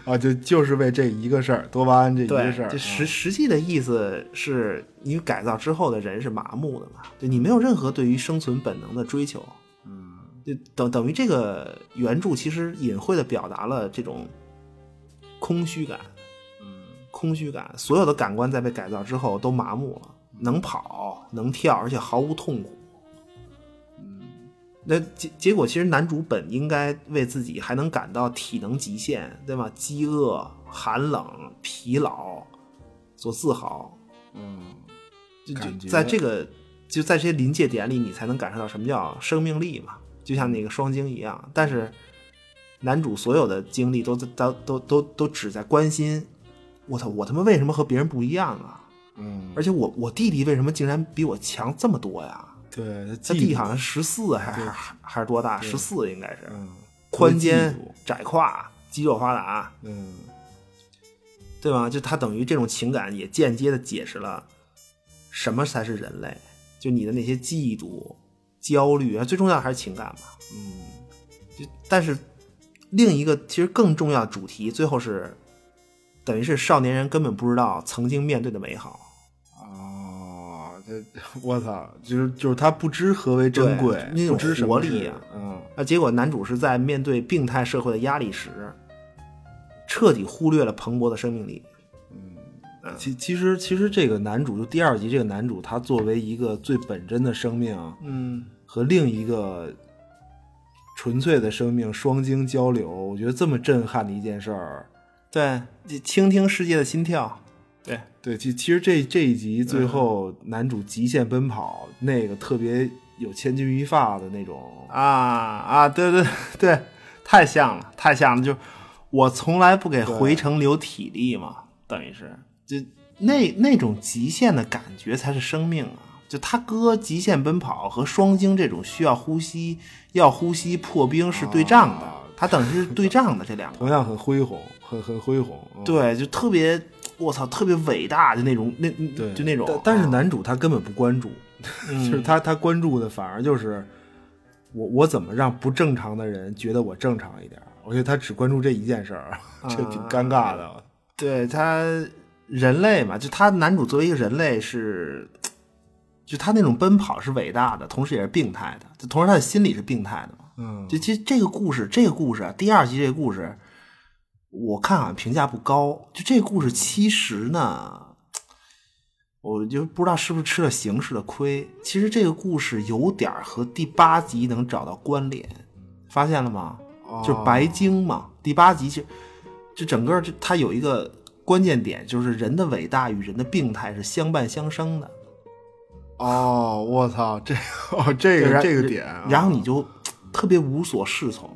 Speaker 2: 啊， [laughs] 就就是为这一个事儿，多巴胺这一个
Speaker 3: 对，
Speaker 2: 事儿，
Speaker 3: 就实
Speaker 2: 啊
Speaker 3: 实际的意思是你改造之后的人是麻木的嘛，就你没有任何对于生存本能的追求，嗯，就等等于这个原著其实隐晦的表达了这种空虚感，嗯，空虚感，所有的感官在被改造之后都麻木了，
Speaker 2: 嗯
Speaker 3: 能跑能跳，而且毫无痛苦。那结结果，其实男主本应该为自己还能感到体能极限，对吧？饥饿、寒冷、疲劳所自豪，
Speaker 2: 嗯，
Speaker 3: 就
Speaker 2: 感觉
Speaker 3: 就在这个就在这些临界点里，你才能感受到什么叫生命力嘛，就像那个双鲸一样。但是男主所有的精力都在都都都都只在关心，我操，我他妈为什么和别人不一样啊？
Speaker 2: 嗯，
Speaker 3: 而且我我弟弟为什么竟然比我强这么多呀？
Speaker 2: 对，他
Speaker 3: 他
Speaker 2: 记
Speaker 3: 弟
Speaker 2: 住
Speaker 3: 好像十四还还还是多大？十四应该是，
Speaker 2: 嗯
Speaker 3: 宽肩
Speaker 2: 记住、
Speaker 3: 窄胯、肌肉发达，
Speaker 2: 嗯
Speaker 3: 对吧？就他等于这种情感也间接的解释了什么才是人类，就你的那些嫉妒、焦虑啊，最重要的还是情感吧。
Speaker 2: 嗯
Speaker 3: 但是另一个其实更重要的主题，最后是等于是少年人根本不知道曾经面对的美好。
Speaker 2: 嗯啊
Speaker 5: 哦，
Speaker 2: [laughs]
Speaker 5: 这我操，就是就是他不知何为珍贵
Speaker 3: 对，那种
Speaker 5: 不知什么
Speaker 3: 活力
Speaker 5: 是
Speaker 3: 啊
Speaker 5: 嗯
Speaker 3: 那结果男主是在面对病态社会的压力时，彻底忽略了蓬勃的生命力。
Speaker 2: 其其实其实这个男主就第二集这个男主，他作为一个最本真的生命
Speaker 3: 嗯，
Speaker 2: 和另一个纯粹的生命双经交流，我觉得这么震撼的一件事儿，
Speaker 3: 对，倾听世界的心跳。
Speaker 2: 对，其其实这这一集最后男主极限奔跑，那个特别有千钧一发的那种，
Speaker 3: 啊啊，对对对，太像了，太像了。就我从来不给回程留体力嘛，等于是就那那种极限的感觉才是生命啊。就他哥极限奔跑和双鲸这种需要呼吸、要呼吸破冰是对仗的，他等于是对仗的这两个。
Speaker 2: 同样很恢宏，很很恢宏。嗯，
Speaker 3: 对，就特别，我操，特别伟大的那种，那
Speaker 2: 对，
Speaker 3: 就那种
Speaker 2: 但。但
Speaker 5: 啊
Speaker 2: 是男主他根本不关注，
Speaker 5: 嗯
Speaker 2: [laughs] 就是他他关注的反而就是我我怎么让不正常的人觉得我正常一点儿。我觉得他只关注这一件事
Speaker 5: [laughs]
Speaker 2: 儿，这挺尴尬
Speaker 5: 啊
Speaker 2: 的。
Speaker 3: 对他人类嘛，就他男主作为一个人类是，就他那种奔跑是伟大的，同时也是病态的，就同时他的心理是病态的嘛。
Speaker 2: 嗯，
Speaker 3: 就其实这个故事，这个故事啊，第二集这个故事，我看好像评价不高。就这个故事其实呢，我就不知道是不是吃了形式的亏。其实这个故事有点儿和第八集能找到关联，发现了吗？
Speaker 5: 哦
Speaker 3: 就是白鲸嘛，第八集就就整个这它有一个关键点，就是人的伟大与人的病态是相伴相生的。
Speaker 5: 哦，我操，这哦这
Speaker 3: 然
Speaker 5: 个这个点啊，
Speaker 3: 然后你就特别无所适从，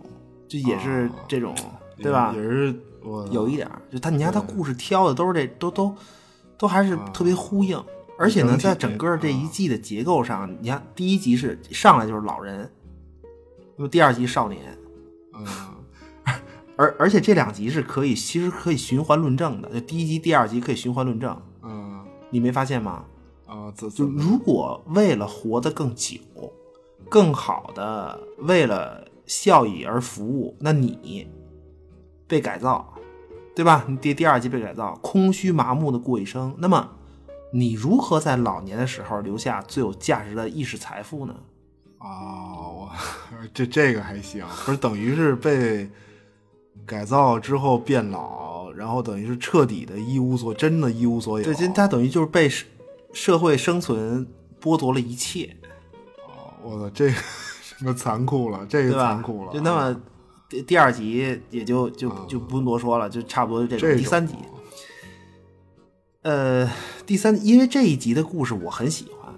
Speaker 3: 就也
Speaker 5: 哦
Speaker 3: 是这种，对吧？
Speaker 5: 也是我操
Speaker 3: 有一点儿，就他你看他故事挑的都是这都都都还是特别呼应，而且呢，
Speaker 5: 哦整体嗯
Speaker 3: 在整个这一季的结构上，你看第一集是上来就是老人，那么第二集少年，
Speaker 5: 嗯
Speaker 3: 而而且这两集是可以其实可以循环论证的，就第一集、第二集可以循环论证，
Speaker 5: 嗯
Speaker 3: 你没发现吗？
Speaker 5: 啊，怎
Speaker 3: 就
Speaker 5: 怎么
Speaker 3: 如果为了活得更久，更好的为了效益而服务，那你被改造，对吧？你第第二季被改造，空虚麻木的过一生，那么你如何在老年的时候留下最有价值的意识财富呢？
Speaker 5: 哦，我 [laughs] 这这个还行，不是等于是被改造之后变老，然后等于是彻底的一无所，真的一无所有。
Speaker 2: 啊
Speaker 3: 对，这他等于就是被社社会生存剥夺了一切，
Speaker 5: 哦我操，这个什么残酷了，这
Speaker 3: 对
Speaker 5: 个
Speaker 3: 吧？
Speaker 5: 残酷了。嗯
Speaker 3: 就那么第第二集也就就就不用多说了，就差不多就这种。
Speaker 5: 这
Speaker 3: 第三集，呃，第三，因为这一集的故事我很喜欢，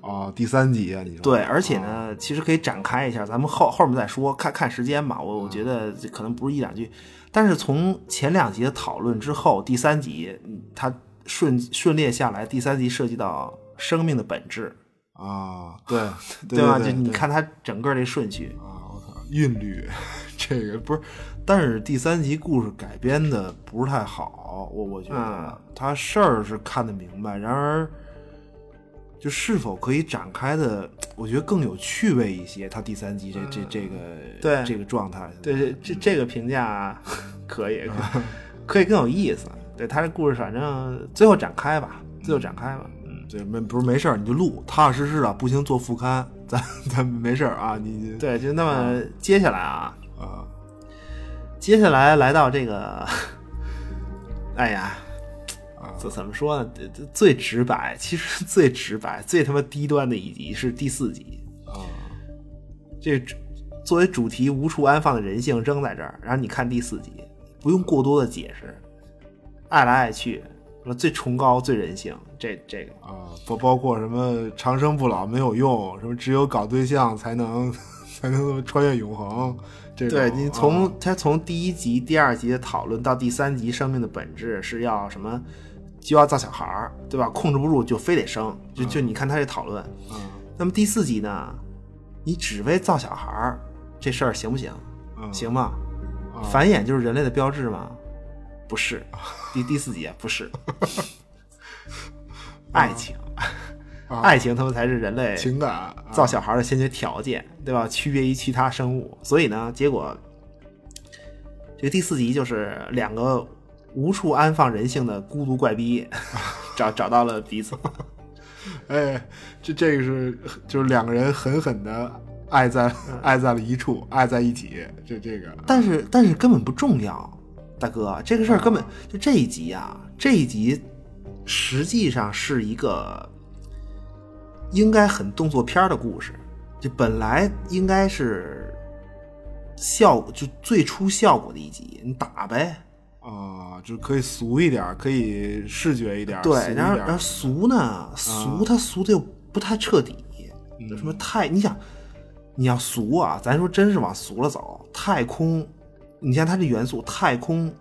Speaker 5: 啊、哦，第三集啊，你说
Speaker 3: 对，而且呢，其实可以展开一下，咱们后后面再说，看看时间吧。
Speaker 5: 嗯
Speaker 3: 我我觉得这可能不是一两句，但是从前两集的讨论之后，第三集嗯它顺顺列下来，第三集涉及到生命的本质，
Speaker 5: 啊、对对
Speaker 3: 吧？
Speaker 5: 对
Speaker 3: 就你
Speaker 5: 对
Speaker 3: 看它整个这顺序，
Speaker 5: 啊，我操，韵律，这个不是
Speaker 2: 但是第三集故事改编的不是太好，我我觉
Speaker 3: 嗯
Speaker 2: 得他事儿是看得明白，然而就是否可以展开的，我觉得更有趣味一些。他第三集这这这个
Speaker 3: 嗯对
Speaker 2: 这个状态，
Speaker 3: 对，这这这个评
Speaker 2: [laughs]
Speaker 3: 价可以，可以可以更有意思。对他这故事，反正最后展开吧，最后展开吧。嗯，
Speaker 2: 对没不是没事儿你就录，踏踏实实的，不行做副刊， [laughs] 咱咱没事儿啊，你
Speaker 3: 对，就那么接下来啊，
Speaker 2: 啊
Speaker 3: 接下来来到这个， [laughs] 哎呀，
Speaker 2: 啊
Speaker 3: 怎怎么说呢？这这最直白， [laughs] 其实最直白、最他妈低端的一集是第四集。
Speaker 2: 啊，
Speaker 3: 这主作为主题无处安放的人性扔在这儿，然后你看第四集，不用过多的解释，爱来爱去，什么最崇高、最人性，这这个。
Speaker 5: 啊，包包括什么长生不老没有用，什么只有搞对象才
Speaker 2: [laughs]
Speaker 5: 能才能穿越永恒，这种
Speaker 3: 对你
Speaker 5: 啊
Speaker 3: 从他从第一集、第二集的讨论到第三集，生命的本质是要什么？就要造小孩儿，对吧？控制不住就非得生，
Speaker 5: 嗯
Speaker 3: 就就你看他这讨论。
Speaker 2: 啊
Speaker 3: 那么第四集呢？你只为造小孩儿这事儿行不行？
Speaker 2: 啊
Speaker 5: 嗯
Speaker 3: 行吧？繁衍就是人类的标志吗？
Speaker 5: [laughs]
Speaker 3: 不是，第第四集啊不是。爱情，
Speaker 2: 啊
Speaker 3: 爱情他们才是人
Speaker 2: 哎
Speaker 3: 类
Speaker 5: 啊情感啊
Speaker 3: 造小孩的先决条件，对吧？区别于其他生物，所以呢，结果这个第四集就是两个无处安放人性的孤独怪逼，找找到了彼此。
Speaker 2: 哎，这这个是就是两个人狠狠的爱在
Speaker 3: 嗯
Speaker 2: 爱在了一处，爱在一起，这这个
Speaker 3: 但是但是根本不重要，大哥，这个事儿根本就这一集啊，这一集实际上是一个应该很动作片儿的故事，就本来应该是效就最初效果的一集，你打呗，
Speaker 2: 啊，就可以俗一点，可以视觉一点，俗
Speaker 3: 对，
Speaker 2: 一
Speaker 3: 然后
Speaker 2: 点嗯
Speaker 3: 然后俗呢，俗它俗的又不太彻底，有什么太你想，你要俗啊，咱说真是往俗了走，太空，你像它这元素，太空、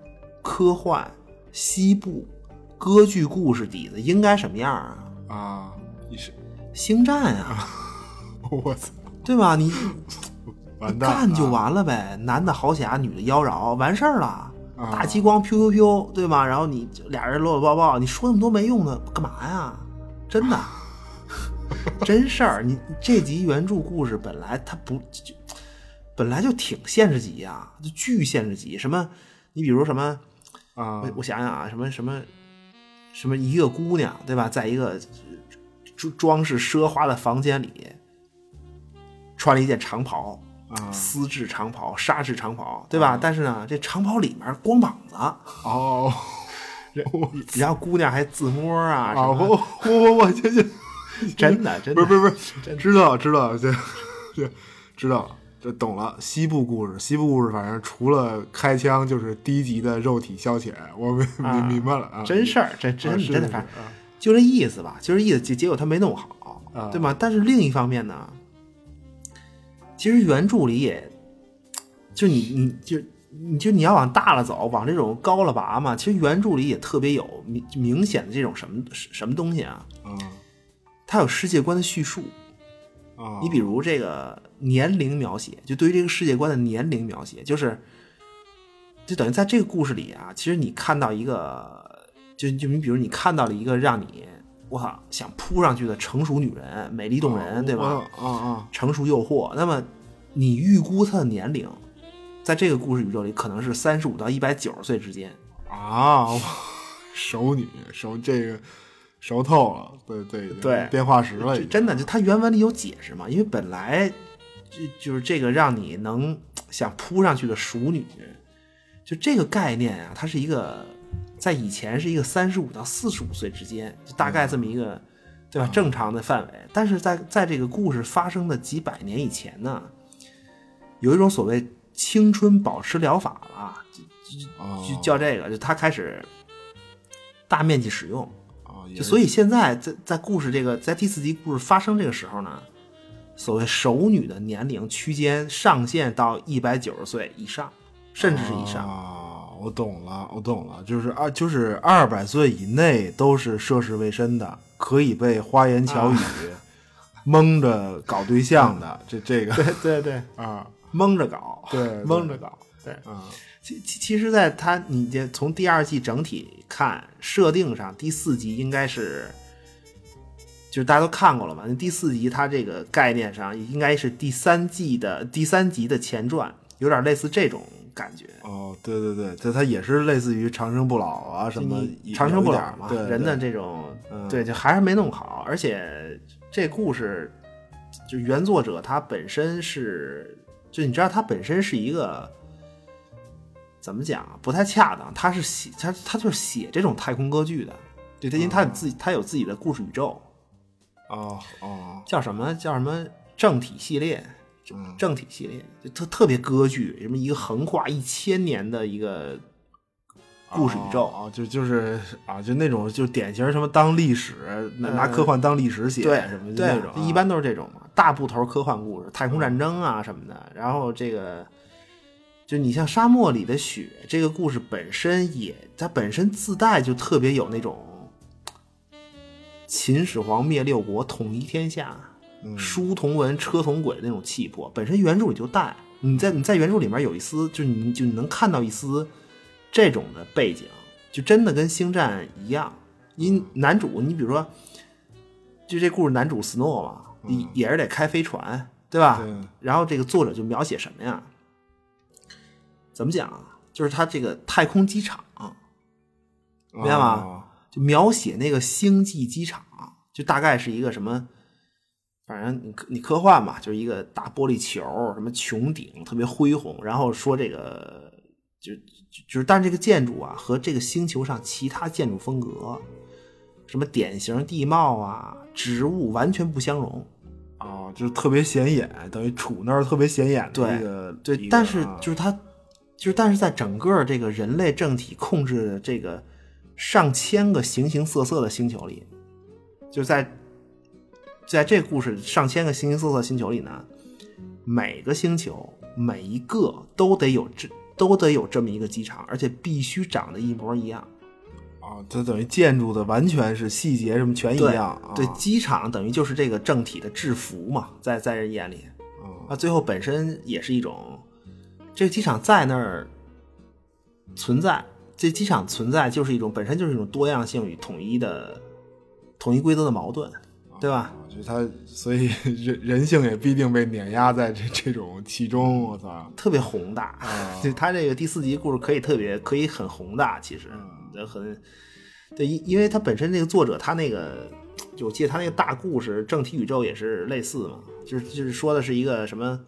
Speaker 3: 科幻、西部、歌剧故事底子应该什么样啊？
Speaker 2: 啊，你是 [laughs]
Speaker 3: 星战啊，
Speaker 2: 我操，
Speaker 3: 对吧？你
Speaker 2: 完蛋了，
Speaker 3: 干就完了呗，男的豪侠，女的妖娆，完事儿
Speaker 2: 啊
Speaker 3: 了。大激光，飘飘飘，对吧？然后你俩人搂搂抱抱，你说那么多没用的干嘛呀？真
Speaker 2: [laughs]
Speaker 3: 的，真事儿。你这集原著故事本来它不就本来就挺现实级啊，就巨现实级。什么？你比如什么？
Speaker 2: 啊
Speaker 3: 我我想想啊，什么什么什么一个姑娘，对吧？在一个装装饰奢华的房间里，穿了一件长袍，
Speaker 2: 啊，
Speaker 3: 丝质长袍、纱质长袍，对吧？但是呢，这长袍里面光膀 [laughs] 子，
Speaker 2: 哦，
Speaker 3: 然后姑娘还自摸啊，什
Speaker 2: 啊，
Speaker 3: 么嗯
Speaker 2: 我我我我这这
Speaker 3: 真的真
Speaker 2: 不
Speaker 3: 的
Speaker 2: 是不是不是，知道知道这这知道这懂了。西部故事，西部故事，反正除了开枪就是低级的肉体消遣，我明明明白了啊，
Speaker 3: 真事儿，真
Speaker 2: 啊
Speaker 3: 真
Speaker 2: 是
Speaker 3: 真的，
Speaker 2: 是
Speaker 3: 反正
Speaker 2: 是啊
Speaker 3: 就这意思吧，就这意思。结结果他没弄好
Speaker 2: 啊，
Speaker 3: 对吗？但是另一方面呢，其实原著里也，就你你就。你就你要往大了走，往这种高了拔嘛，其实原著里也特别有明明显的这种什么什么东西啊，
Speaker 2: 啊
Speaker 3: 它有世界观的叙述，
Speaker 2: 啊，
Speaker 3: 你比如这个年龄描写，就对于这个世界观的年龄描写，就是就等于在这个故事里啊，其实你看到一个，就就你比如你看到了一个让你我靠想扑上去的成熟女人，美丽动人，对吧？
Speaker 2: 啊啊
Speaker 3: 成熟诱惑，那么你预估她的年龄，在这个故事宇宙里可能是三十五到一百九十岁之间，
Speaker 2: 啊啊，我熟女熟这个熟透了，对对
Speaker 3: 对
Speaker 2: 变化石了已
Speaker 3: 这
Speaker 2: 经，
Speaker 3: 真的，就它原文里有解释嘛？因为本来就就是这个让你能想扑上去的熟女，就这个概念啊，它是一个在以前是一个三十五到四十五岁之间，就大概这么一个、
Speaker 2: 嗯
Speaker 3: 对吧正常的范围。但是在在这个故事发生的几百年以前呢，有一种所谓青春保持疗法吧，
Speaker 2: 啊
Speaker 3: 就就叫这个，就它开始大面积使用。
Speaker 2: 啊，也
Speaker 3: 就是所以现在在在故事这个在第四集故事发生这个时候呢，所谓熟女的年龄区间上限到一百九十岁以上，甚至是以上。
Speaker 2: 啊，我懂了，我懂了，就是二就是二百岁以内都是涉世未深的，可以被花言
Speaker 3: 啊
Speaker 2: 巧语
Speaker 3: [laughs]
Speaker 2: 蒙着搞对象的，这这个
Speaker 3: 对对对，
Speaker 2: 啊
Speaker 3: 蒙着搞，
Speaker 2: 对对
Speaker 3: 蒙着搞，对。
Speaker 2: 啊
Speaker 3: 其其其实，在它你这从第二季整体看设定上，第四集应该是，就是大家都看过了嘛。那第四集它这个概念上应该是第三季的第三集的前传，有点类似这种感觉。
Speaker 2: 哦，对对对，这它也是类似于长生不老啊什么
Speaker 3: 你
Speaker 2: 有，
Speaker 3: 长生
Speaker 2: 有
Speaker 3: 不老
Speaker 2: 点
Speaker 3: 嘛，
Speaker 2: 对
Speaker 3: 人
Speaker 2: 对
Speaker 3: 的
Speaker 2: 嗯
Speaker 3: 这种对，就还是没弄好。而且这故事，就原作者他本身是，就你知道他本身是一个怎么讲啊不太恰当，他是写他他就是写这种太空歌剧的，对，他因为
Speaker 2: 嗯
Speaker 3: 他有自己他有自己的故事宇宙，
Speaker 2: 哦哦嗯
Speaker 3: 叫什么叫什么正体系列，正体系列就特特别歌剧，什么一个横跨一千年的一个故事宇宙。
Speaker 2: 啊，哦就就是啊，就那种就典型什么当历史拿拿科幻当历史写
Speaker 3: 嗯对
Speaker 2: 什么就
Speaker 3: 对
Speaker 2: 那种啊，嗯
Speaker 3: 一般都是这种嘛，大部头科幻故事，太空战争啊什么的。然后这个，就你像《沙漠里的雪》这个故事本身也，它本身自带就特别有那种秦始皇灭六国、统一天下、书同文、车同轨那种气魄，本身原著里就带。你在你在原著里面有一丝，就是你就你能看到一丝这种的背景，就真的跟星战一样。因男主，你比如说，就这故事男主斯诺嘛，也也是得开飞船，对吧？
Speaker 2: 啊对
Speaker 3: 然后这个作者就描写什么呀？怎么讲啊？就是他这个太空机场，
Speaker 2: 明
Speaker 3: 白吗？
Speaker 2: 哦
Speaker 3: 就描写那个星际机场，就大概是一个什么，反正你科你科幻嘛，就是一个大玻璃球，什么穹顶特别恢宏，然后说这个就就就是，但这个建筑啊和这个星球上其他建筑风格，什么典型地貌啊、植物完全不相容。
Speaker 2: 啊，就是特别显眼，等于杵那儿特别显眼的
Speaker 3: 对
Speaker 2: 一个一
Speaker 3: 对，
Speaker 2: 个
Speaker 3: 但是
Speaker 2: 啊
Speaker 3: 就是它，就是但是在整个这个人类政体控制的这个上千个形形色色的星球里，就在在这故事上千个形形色色的星球里呢，每个星球每一个都得有这都得有这么一个机场，而且必须长得一模一样。
Speaker 2: 啊，它等于建筑的完全是细节什么全一
Speaker 3: 对
Speaker 2: 样啊，
Speaker 3: 对，机场等于就是这个政体的制服嘛，在在人眼里，
Speaker 2: 嗯
Speaker 3: 啊，最后本身也是一种，这个机场在那儿存在，这机场存在就是一种本身就是一种多样性与统一的统一规则的矛盾，对吧？
Speaker 2: 啊就它所以人人性也必定被碾压在这这种其中，我操，
Speaker 3: 特别宏大， [laughs] 对他这个第四集故事可以特别可以很宏大，其实呃很对，因因为他本身那个作者他那个，就我记得他那个大故事《正体宇宙》也是类似嘛，就是就是说的是一个什么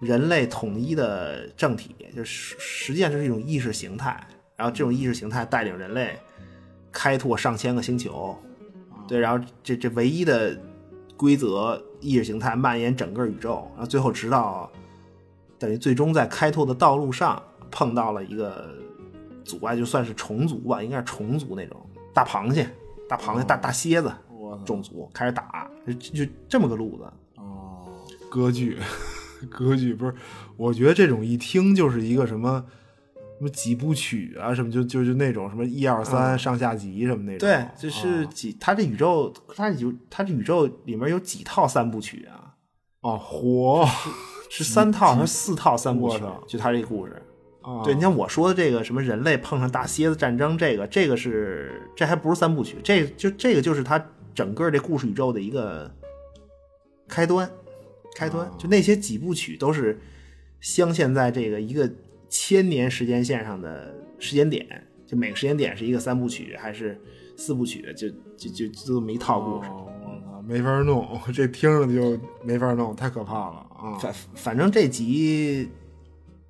Speaker 3: 人类统一的政体，就是实实际上就是一种意识形态，然后这种意识形态带领人类开拓上千个星球，对，然后这这唯一的规则意识形态蔓延整个宇宙，然后最后直到等于最终在开拓的道路上碰到了一个阻碍，就算是虫族吧，应该是虫族那种大螃蟹、大螃蟹、大大蝎子
Speaker 2: 哦我操，
Speaker 3: 种族开始打，就就这么个路子。嗯
Speaker 2: 哦，歌剧， [laughs] 歌剧不是？我觉得这种一听就是一个什么什么几部曲啊，什么就就就那种什么一二三上下集什么那种。
Speaker 3: 嗯对，就
Speaker 2: 啊
Speaker 3: 是几，它这宇宙，它有它这宇宙里面有几套三部曲啊？
Speaker 2: 哦，活
Speaker 3: 是三套还是四套三部曲
Speaker 2: 我操？
Speaker 3: 就它这故事，
Speaker 2: 啊，
Speaker 3: 对，你像我说的这个什么人类碰上大蝎子战争，这个这个是这还不是三部曲，这就这个就是它整个这故事宇宙的一个开端，开
Speaker 2: 啊
Speaker 3: 端。就那些几部曲都是镶嵌在这个一个千年时间线上的时间点，就每个时间点是一个三部曲还是四部曲，就就就就这么一套故事。
Speaker 2: 哦我操，没法弄， [laughs] 这听着就没法弄，太可怕了啊！
Speaker 3: 反反正这集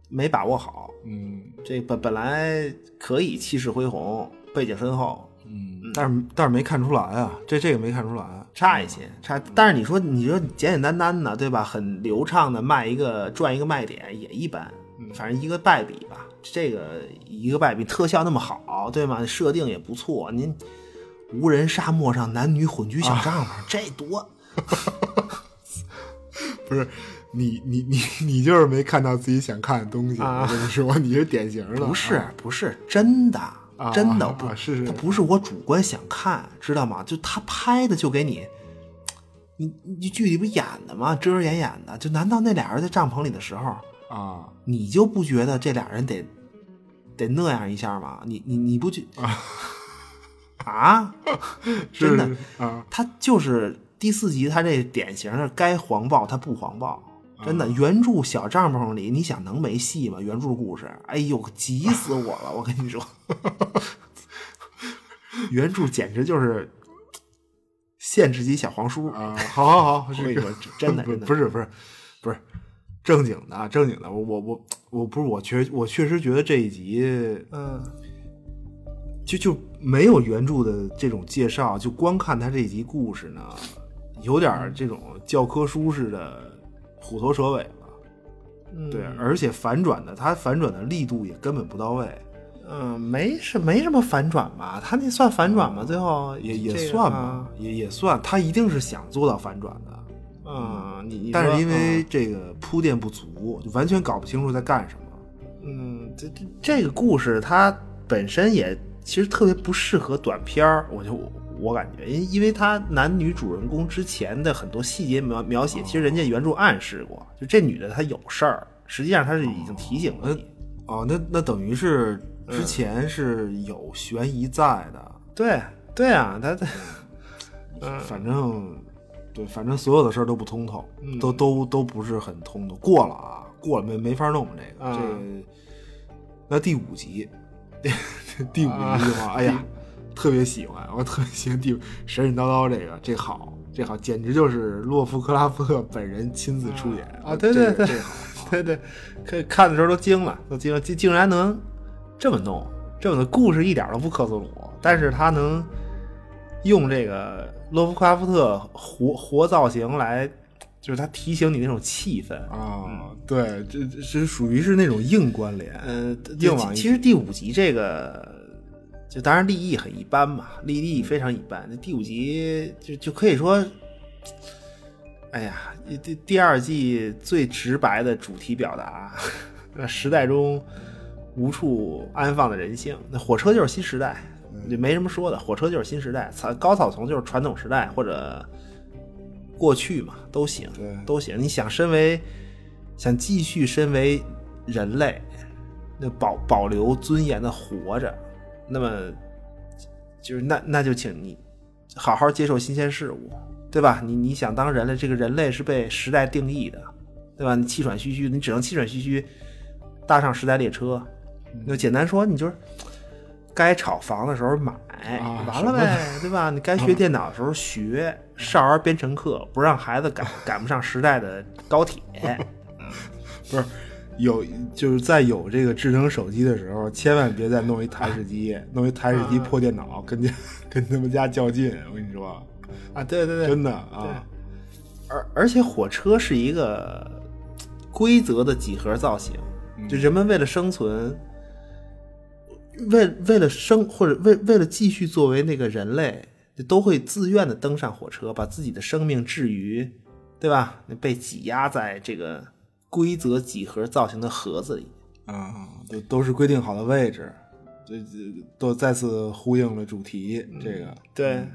Speaker 3: 没把握好，
Speaker 2: 嗯
Speaker 3: 这本本来可以气势恢宏，背景深厚。
Speaker 2: 嗯，但是但是没看出来啊，这这个没看出来。
Speaker 3: 差一些，
Speaker 2: 嗯
Speaker 3: 差。但是你说，你说简简单单的，对吧？很流畅的卖一个赚一个卖点也一般，
Speaker 2: 嗯
Speaker 3: 反正一个败笔吧。这个一个败笔，特效那么好，对吗？设定也不错，您无人沙漠上男女混居小帐
Speaker 2: 啊
Speaker 3: 篷，这多
Speaker 2: 不是你你你 [laughs] 你就是没看到自己想看的东西，我跟你说，啊 [laughs] 你是典型的。
Speaker 3: 不是不是真的
Speaker 2: 啊
Speaker 3: 真
Speaker 2: 啊
Speaker 3: 的不
Speaker 2: 啊是是
Speaker 3: 它不是我主观想看，知道吗？就他拍的就给你。你你剧里不演的吗？遮遮掩掩的，就难道那俩人在帐篷里的时候，
Speaker 2: 啊，
Speaker 3: 你就不觉得这俩人得得那样一下吗？你你你
Speaker 2: [laughs]
Speaker 3: 不觉啊？
Speaker 2: 是
Speaker 3: 真的，
Speaker 2: 啊，
Speaker 3: 他就是第四集，他这典型的该黄暴他不黄暴，真
Speaker 2: 嗯
Speaker 3: 的。原著小帐篷里，你想能没戏吗？原著故事，哎呦，急死我了！我跟你说， [laughs] 原著简直就是限制级小黄书
Speaker 2: 啊，好好 [laughs] 好，
Speaker 3: 我
Speaker 2: 是
Speaker 3: 跟你说，真的
Speaker 2: 不
Speaker 3: 真的
Speaker 2: 不是不是不是正经的啊，正经的，我我我我不是我确我确实觉得这一集
Speaker 3: 嗯。
Speaker 2: 就就没有原著的这种介绍，就光看他这一集故事呢，有点儿这种教科书式的虎头蛇尾了。对，
Speaker 3: 嗯
Speaker 2: 而且反转的，他反转的力度也根本不到位，
Speaker 3: 嗯，没什没什么反转吧？他那算反转吗？最后
Speaker 2: 嗯也
Speaker 3: 这
Speaker 2: 也
Speaker 3: 个
Speaker 2: 算
Speaker 3: 啊
Speaker 2: 吧，也也算，他一定是想做到反转的，
Speaker 3: 嗯，你你
Speaker 2: 但
Speaker 3: 说
Speaker 2: 是因为
Speaker 3: 嗯
Speaker 2: 这个铺垫不足，就完全搞不清楚在干什么。
Speaker 3: 嗯，这这这个故事它本身也其实特别不适合短片儿，我就我感觉，因因为它男女主人公之前的很多细节描描写，其实
Speaker 2: 哦
Speaker 3: 人家原著暗示过，就这女的她有事儿，实际上她是已经提醒了你。嗯
Speaker 2: 哦，那那等于是之前是有悬疑在的，
Speaker 3: 对对啊，她她嗯
Speaker 2: 反正对，反正所有的事儿都不通透，
Speaker 3: 嗯
Speaker 2: 都都都不是很通
Speaker 3: 嗯
Speaker 2: 透。过了啊，过了没没法弄这个、这个。那第五集， [laughs] 第五
Speaker 3: 啊
Speaker 2: 一句嘛，哎呀，特别喜欢，我特别喜欢第五神神叨叨这个，这好，这好，简直就是洛夫克拉夫特本人亲自出演
Speaker 3: 啊！对对对，
Speaker 2: 这好，
Speaker 3: 对对，看看的时候都惊了，都惊了，竟竟然能这么弄，这么的故事一点都不克苏鲁，但是他能用这个洛夫克拉夫特活活造型来，就是他提醒你那种气氛。
Speaker 2: 啊，对，这这是属于是那种硬关联，
Speaker 3: 嗯、
Speaker 2: 硬往一
Speaker 3: 其实第五集这个，就当然立意很一般嘛，立意非常一般。那第五集就就可以说，哎呀，第第二季最直白的主题表达， [laughs] 那时代中无处安放的人性，那火车就是新时代，就没什么说的，火车就是新时代，草高草丛就是传统时代或者过去嘛，都行，
Speaker 2: 对
Speaker 3: 都行。你想身为想继续身为人类，那保保留尊严的活着，那么就是那那就请你好好接受新鲜事物，对吧？你你想当人类，这个人类是被时代定义的，对吧？你气喘吁吁，你只能气喘吁吁搭上时代列车。那简单说，你就是该炒房的时候买，
Speaker 2: 啊
Speaker 3: 完了呗，对吧？你该学电脑的时候学，少儿编程课不让孩子赶赶不上时代的高铁。
Speaker 2: 不是。有就是在有这个智能手机的时候，千万别再弄一台式机，弄一台式
Speaker 3: 嗯
Speaker 2: 机破电脑，跟家 [laughs] 跟他们家较劲。我跟你说，
Speaker 3: [laughs] 啊，对对对，
Speaker 2: 真的啊，
Speaker 3: 而而且火车是一个规则的几何造型，就人们为了生存，为为了生或者为为了继续作为那个人类，就都会自愿的登上火车，把自己的生命置于，对吧？被挤压在这个规则几何造型的盒子里。
Speaker 2: 啊，都都是规定好的位置，这这都再次呼应了主题。这个
Speaker 3: 嗯
Speaker 2: 嗯
Speaker 3: 对，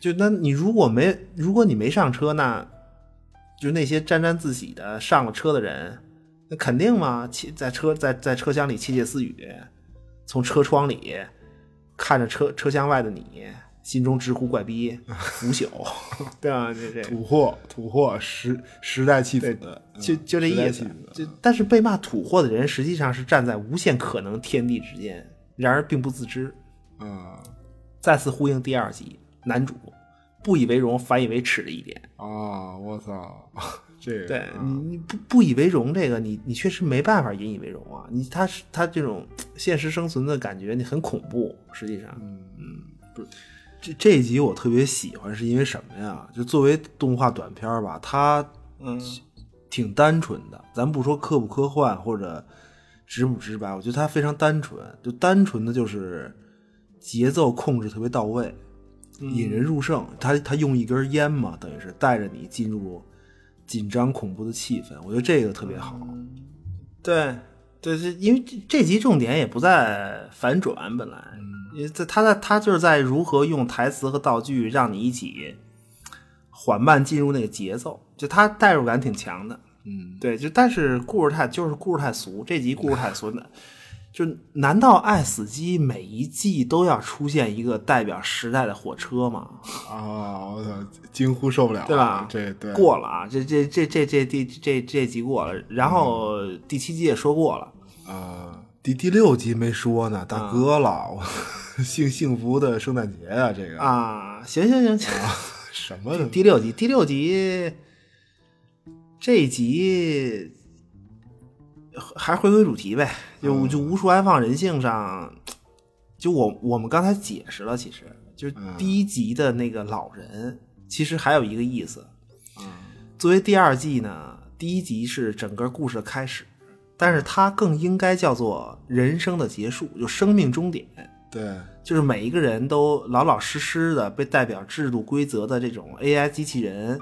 Speaker 3: 就那你如果没如果你没上车，那就那些沾沾自喜的上了车的人，那肯定嘛，窃在车在在车厢里窃窃私语，从车窗里看着车车厢外的你，心中直呼怪逼，腐朽，对吧？这这
Speaker 2: 土货，土货时时代弃子，嗯
Speaker 3: 就就这
Speaker 2: 时代
Speaker 3: 意
Speaker 2: 弃
Speaker 3: 思
Speaker 2: 子。
Speaker 3: 就但是被骂土货的人，实际上是站在无限可能天地之间，然而并不自知。
Speaker 2: 啊
Speaker 3: 再次呼应第二集男主不以为荣反以为耻的一点。
Speaker 2: 啊！我操， [laughs] 这个
Speaker 3: 对
Speaker 2: 啊
Speaker 3: 你，你不不以为荣这个，你你确实没办法引以为荣啊！你他是他这种现实生存的感觉，你很恐怖。实际上，嗯
Speaker 2: 这这一集我特别喜欢，是因为什么呀？就作为动画短片儿吧，它嗯挺单纯的，咱不说科不科幻或者直不直白，我觉得它非常单纯，就单纯的就是节奏控制特别到位，
Speaker 3: 嗯
Speaker 2: 引人入胜。它它用一根烟嘛，等于是带着你进入紧张恐怖的气氛，我觉得这个特别好。
Speaker 3: 嗯对对，这因为这这集重点也不在反转，本来，
Speaker 2: 嗯
Speaker 3: 因为在他在他就是在如何用台词和道具让你一起缓慢进入那个节奏，就他代入感挺强的。
Speaker 2: 嗯，
Speaker 3: 对，就但是故事太就是故事太俗，这集故事太俗，那就难道《爱死机》每一季都要出现一个代表时代的火车吗？
Speaker 2: 啊，我操，惊呼受不了了，
Speaker 3: 对吧
Speaker 2: 这对
Speaker 3: 过了啊，这这这这这第这这集过了，然后
Speaker 2: 嗯
Speaker 3: 第七集也说过了，
Speaker 2: 啊，第第六集没说呢，大哥了，我幸幸福的圣诞节啊，这个
Speaker 3: 啊，行行行行，
Speaker 2: [laughs] 什么的
Speaker 3: 第六集，第六集，这一集还是回归主题呗，就就无处安放人性上，就我我们刚才解释了，其实就是第一集的那个老人，其实还有一个意思。作为第二季呢，第一集是整个故事的开始，但是它更应该叫做人生的结束，就生命终点。
Speaker 2: 对，
Speaker 3: 就是每一个人都老老实实的被代表制度规则的这种 AI 机器人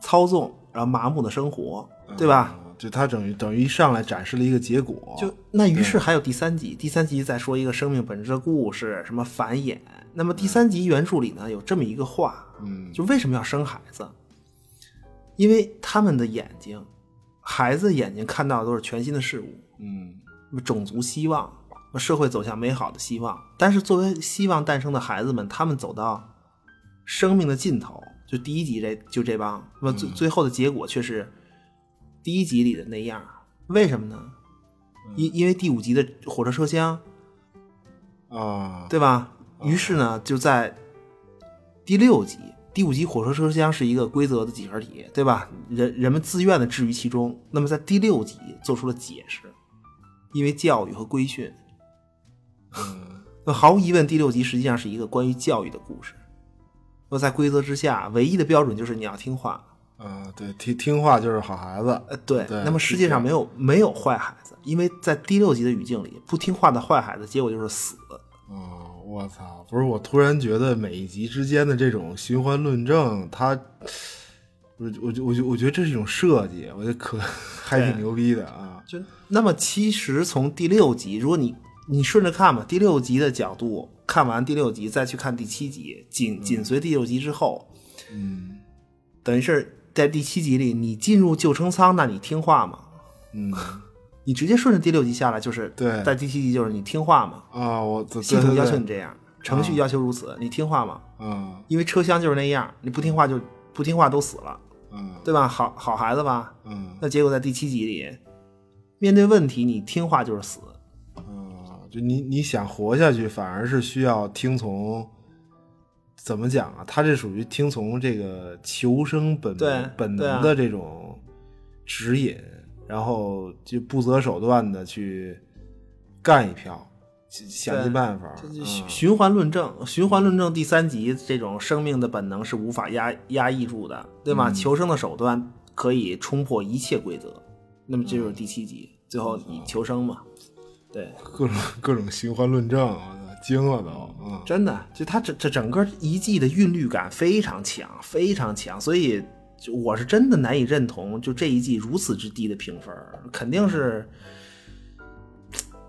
Speaker 3: 操纵，然后麻木的生活，对吧？
Speaker 2: 嗯？就他等于等于一上来展示了一个结果，
Speaker 3: 就那于是还有第三集，第三集再说一个生命本质的故事，什么繁衍。那么第三集原著里呢有这么一个话，
Speaker 2: 嗯
Speaker 3: 就为什么要生孩子？因为他们的眼睛，孩子眼睛看到的都是全新的事物，
Speaker 2: 嗯
Speaker 3: 什么种族希望，什么社会走向美好的希望。但是作为希望诞生的孩子们，他们走到生命的尽头，就第一集这就这帮，那么最最后的结果却是第一集里的那样。为什么呢？因因为第五集的火车车厢，
Speaker 2: 啊，
Speaker 3: 对吧？于是呢，就在第六集，第五集火车车厢是一个规则的几何体，对吧？人人们自愿的置于其中。那么在第六集做出了解释，因为教育和规训。
Speaker 2: 嗯
Speaker 3: 那毫无疑问，第六集实际上是一个关于教育的故事。那在规则之下，唯一的标准就是你要听话。
Speaker 2: 啊，对，听听话就是好孩子。
Speaker 3: 呃，对。
Speaker 2: 对
Speaker 3: 那么世界上
Speaker 2: 是
Speaker 3: 没有没有坏孩子，因为在第六集的语境里，不听话的坏孩子结果就是死。
Speaker 2: 嗯，我操！不是，我突然觉得每一集之间的这种循环论证，它，我我我觉我觉得这是一种设计，我觉得可 [laughs] 还挺牛逼的啊。
Speaker 3: 就那么，其实从第六集，如果你你顺着看吧，第六集的角度看完第六集，再去看第七集，紧紧随第六集之后，
Speaker 2: 嗯
Speaker 3: 等于是在第七集里，你进入救生舱，那你听话吗？
Speaker 2: 嗯
Speaker 3: 你直接顺着第六集下来，就是
Speaker 2: 对
Speaker 3: 在第七集就是你听话吗？
Speaker 2: 啊，我对
Speaker 3: 系统要求
Speaker 2: 对啊
Speaker 3: 你这样，程序要求如此，你听话吗？
Speaker 2: 对嗯
Speaker 3: 因为车厢就是那样，你不听话就不听话都死了，
Speaker 2: 嗯
Speaker 3: 对吧？好好孩子吧，
Speaker 2: 嗯
Speaker 3: 那结果在第七集里，面对问题，你听话就是死。
Speaker 2: 嗯，就你你想活下去，反而是需要听从。怎么讲啊？他这属于听从这个求生本
Speaker 3: 对
Speaker 2: 本
Speaker 3: 对啊
Speaker 2: 能的这种指引，然后就不择手段的去干一票，想想尽办法。
Speaker 3: 这
Speaker 2: 嗯
Speaker 3: 就循循环论证，循环论证第三集这种生命的本能是无法压压抑住的，对吧？求生的手段可以冲破一切规则，那么这就是第七集，最后你求生嘛，对，
Speaker 2: 各种各种循环论证，我操，惊了都。嗯
Speaker 3: 真的，就它这这整个一季的韵律感非常强，非常强，所以就我是真的难以认同，就这一季如此之低的评分儿，肯定是，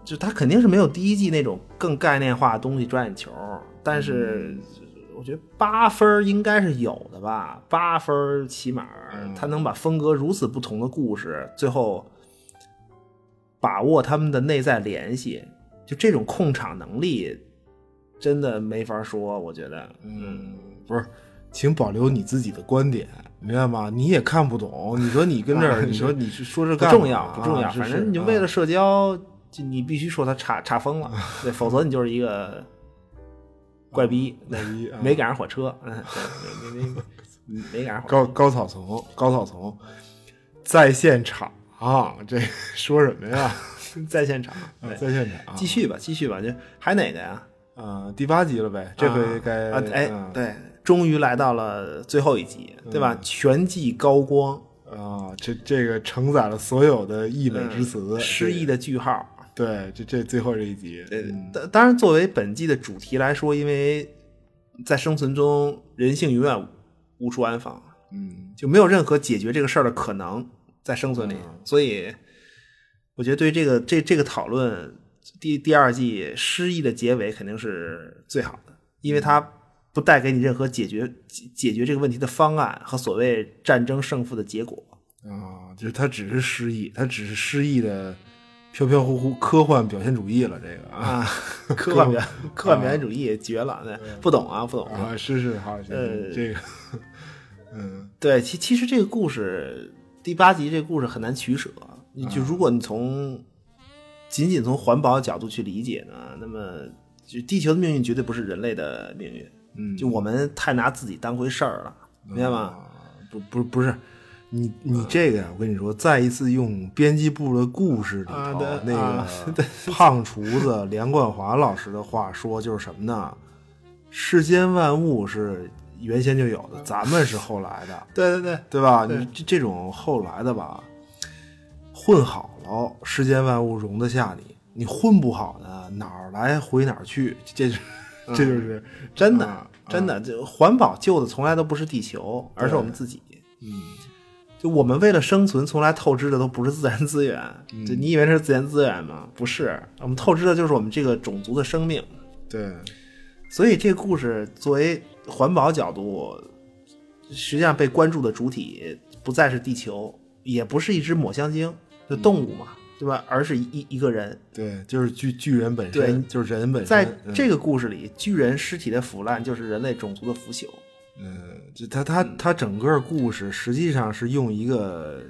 Speaker 3: 就它肯定是没有第一季那种更概念化的东西赚眼球儿，但是我觉得八分儿应该是有的吧，八分儿起码儿它能把风格如此不同的故事最后。把握他们的内在联系，就这种控场能力，真的没法说。我觉得，
Speaker 2: 嗯，不是，请保留你自己的观点，明白吗？你也看不懂，你说你跟这 [laughs] 儿，你说你是说这
Speaker 3: 不
Speaker 2: 嗯干嘛
Speaker 3: 重要，不重要，
Speaker 2: 啊是
Speaker 3: 反正你就为了社交，就你必须说他差差
Speaker 2: [laughs]
Speaker 3: 疯了，对，否则你就是一个怪逼，
Speaker 2: 是啊一啊
Speaker 3: 没赶上
Speaker 2: [laughs]
Speaker 3: 火车，嗯，对没没没没赶上火
Speaker 2: 高
Speaker 3: 车。
Speaker 2: 高草丛，高草丛，在现场啊，这 [laughs] 说什么 [laughs] 呀？
Speaker 3: [laughs] 在现场，
Speaker 2: 啊
Speaker 3: 对，
Speaker 2: 在现场，
Speaker 3: 继续吧，继续吧，就还哪个呀？
Speaker 2: 啊，第八集了呗，这回该
Speaker 3: 啊，哎
Speaker 2: 嗯，
Speaker 3: 对，终于来到了最后一集，对吧？全季高光，
Speaker 2: 啊，这这个承载了所有的溢美之词，
Speaker 3: 嗯诗意
Speaker 2: 嗯的
Speaker 3: 的句号，
Speaker 2: 对，这这最后这一集，嗯
Speaker 3: 当当然，作为本季的主题来说，因为在生存中，人性永远无处安放，
Speaker 2: 嗯
Speaker 3: 就没有任何解决这个事儿的可能，在生存里。所以，我觉得对于这个这这个讨论，第第二季诗意的结尾肯定是最好的，因为它不带给你任何解决解解决这个问题的方案和所谓战争胜负的结果。
Speaker 2: 啊，就是他只是失忆，他只是失忆的飘飘忽忽科幻表现主义了，这个啊
Speaker 3: [laughs] 啊，科幻表科幻表现主义绝了，对，不懂啊，不懂啊。
Speaker 2: [laughs] 啊，是是好，行
Speaker 3: 呃
Speaker 2: 这个，嗯
Speaker 3: 对，其其实这个故事第八集这个故事很难取舍。你就如果你从仅仅从环保角度去理解呢，那么就地球的命运绝对不是人类的命运。
Speaker 2: 嗯，
Speaker 3: 就我们太拿自己当回事儿了，明白吗？
Speaker 2: 啊不不不是。你你这个啊呀，我跟你说，再一次用编辑部的故事里头、
Speaker 3: 啊对
Speaker 2: 那
Speaker 3: 啊
Speaker 2: 个 [laughs] 胖厨子梁冠华老师的话说，就是什么呢？世间万物是原先就有的，咱们是后来的。
Speaker 3: 对对对，
Speaker 2: 对吧？你这这种后来的吧，混好了，世间万物容得下你；你混不好呢，哪儿来回哪儿去。这就是，这就是，
Speaker 3: 真的、
Speaker 2: 啊
Speaker 3: 真的，这环保救的从来都不是地球，而是我们自己。
Speaker 2: 嗯
Speaker 3: 就我们为了生存，从来透支的都不是自然资源。就你以为是自然资源吗？不是，我们透支的就是我们这个种族的生命。
Speaker 2: 对，
Speaker 3: 所以这个故事作为环保角度，实际上被关注的主体不再是地球，也不是一只抹香鲸，就动物嘛，对吧？而是一一个人。
Speaker 2: 对，就是巨巨人本身，
Speaker 3: 对
Speaker 2: 就是人本身。
Speaker 3: 在
Speaker 2: 嗯
Speaker 3: 这个故事里，巨人尸体的腐烂就是人类种族的腐朽。
Speaker 2: 呃嗯，就他他他整个故事实际上是用一个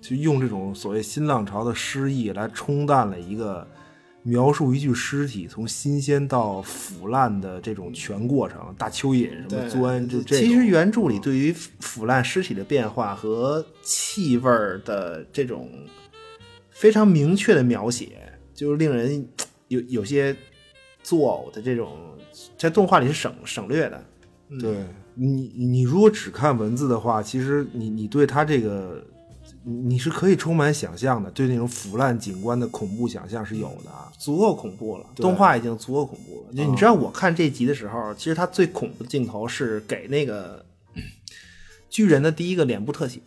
Speaker 2: 就用这种所谓新浪潮的诗意来冲淡了一个描述一具尸体从新鲜到腐烂的这种全过程，大蚯蚓什么
Speaker 6: 对
Speaker 2: 钻，就这种。嗯
Speaker 3: 其实原著里对于腐腐烂尸体的变化和气味儿的这种非常明确的描写，就是令人有有些作呕的这种，在动画里是省省略的。
Speaker 2: 对你，你如果只看文字的话，其实你你对它这个，你你是可以充满想象的，对那种腐烂景观的恐怖想象是有的啊。
Speaker 3: 足够恐怖了，动画已经足够恐怖了。就你知道，
Speaker 2: 嗯
Speaker 3: 我看这集的时候，其实它最恐怖的镜头是给那个 [clears throat] 嗯巨人的第一个脸部特写，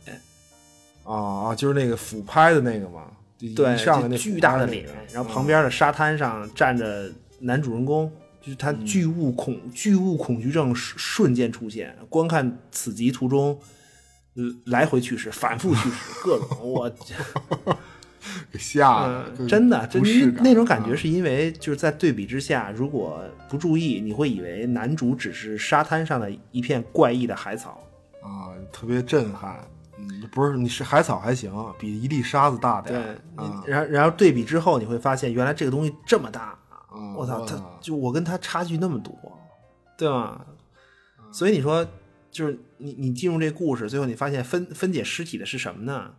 Speaker 2: 啊，就是那个俯拍的那个嘛，就
Speaker 3: 对，
Speaker 2: 一上来
Speaker 3: 就
Speaker 2: 那俯
Speaker 3: 巨大
Speaker 2: 拍
Speaker 3: 的
Speaker 2: 那
Speaker 3: 脸
Speaker 2: 个，嗯
Speaker 3: 然后旁边的沙滩上站着男主人公，就是他
Speaker 2: 嗯
Speaker 3: 巨物恐、巨物恐惧症瞬瞬间出现。观看此集途中，呃来回去世，反复去世，各种
Speaker 2: [laughs]
Speaker 3: 我。
Speaker 7: 给吓
Speaker 2: 啊
Speaker 7: 的，
Speaker 3: 嗯，
Speaker 7: 更
Speaker 3: 真的，
Speaker 7: 不
Speaker 3: 真
Speaker 7: 适
Speaker 3: 那那种感
Speaker 7: 啊
Speaker 3: 觉是因为就是在对比之下，如果不注意，你会以为男主只是沙滩上的一片怪异的海草。
Speaker 2: 啊，特别震撼。嗯，不是，你是海草还行，比一粒沙子大点
Speaker 3: 对
Speaker 2: 儿。，啊
Speaker 3: 然后然后对比之后，你会发现原来这个东西这么大，
Speaker 2: 啊
Speaker 3: 我操，他
Speaker 2: 哇
Speaker 3: 就我跟他差距那么多，对吧？所以你说，就是你你进入这故事，最后你发现分分解尸体的是什么呢？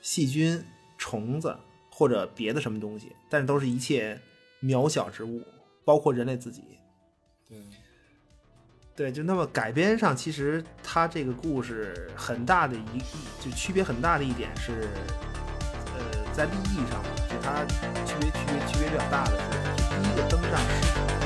Speaker 3: 细菌、虫子或者别的什么东西，但是都是一切渺小之物，包括人类自己。对，就那么改编上，其实它这个故事很大的一就区别很大的一点是，呃，在立意上，就它区别区别区别比较大的是，就第一个登上尸体。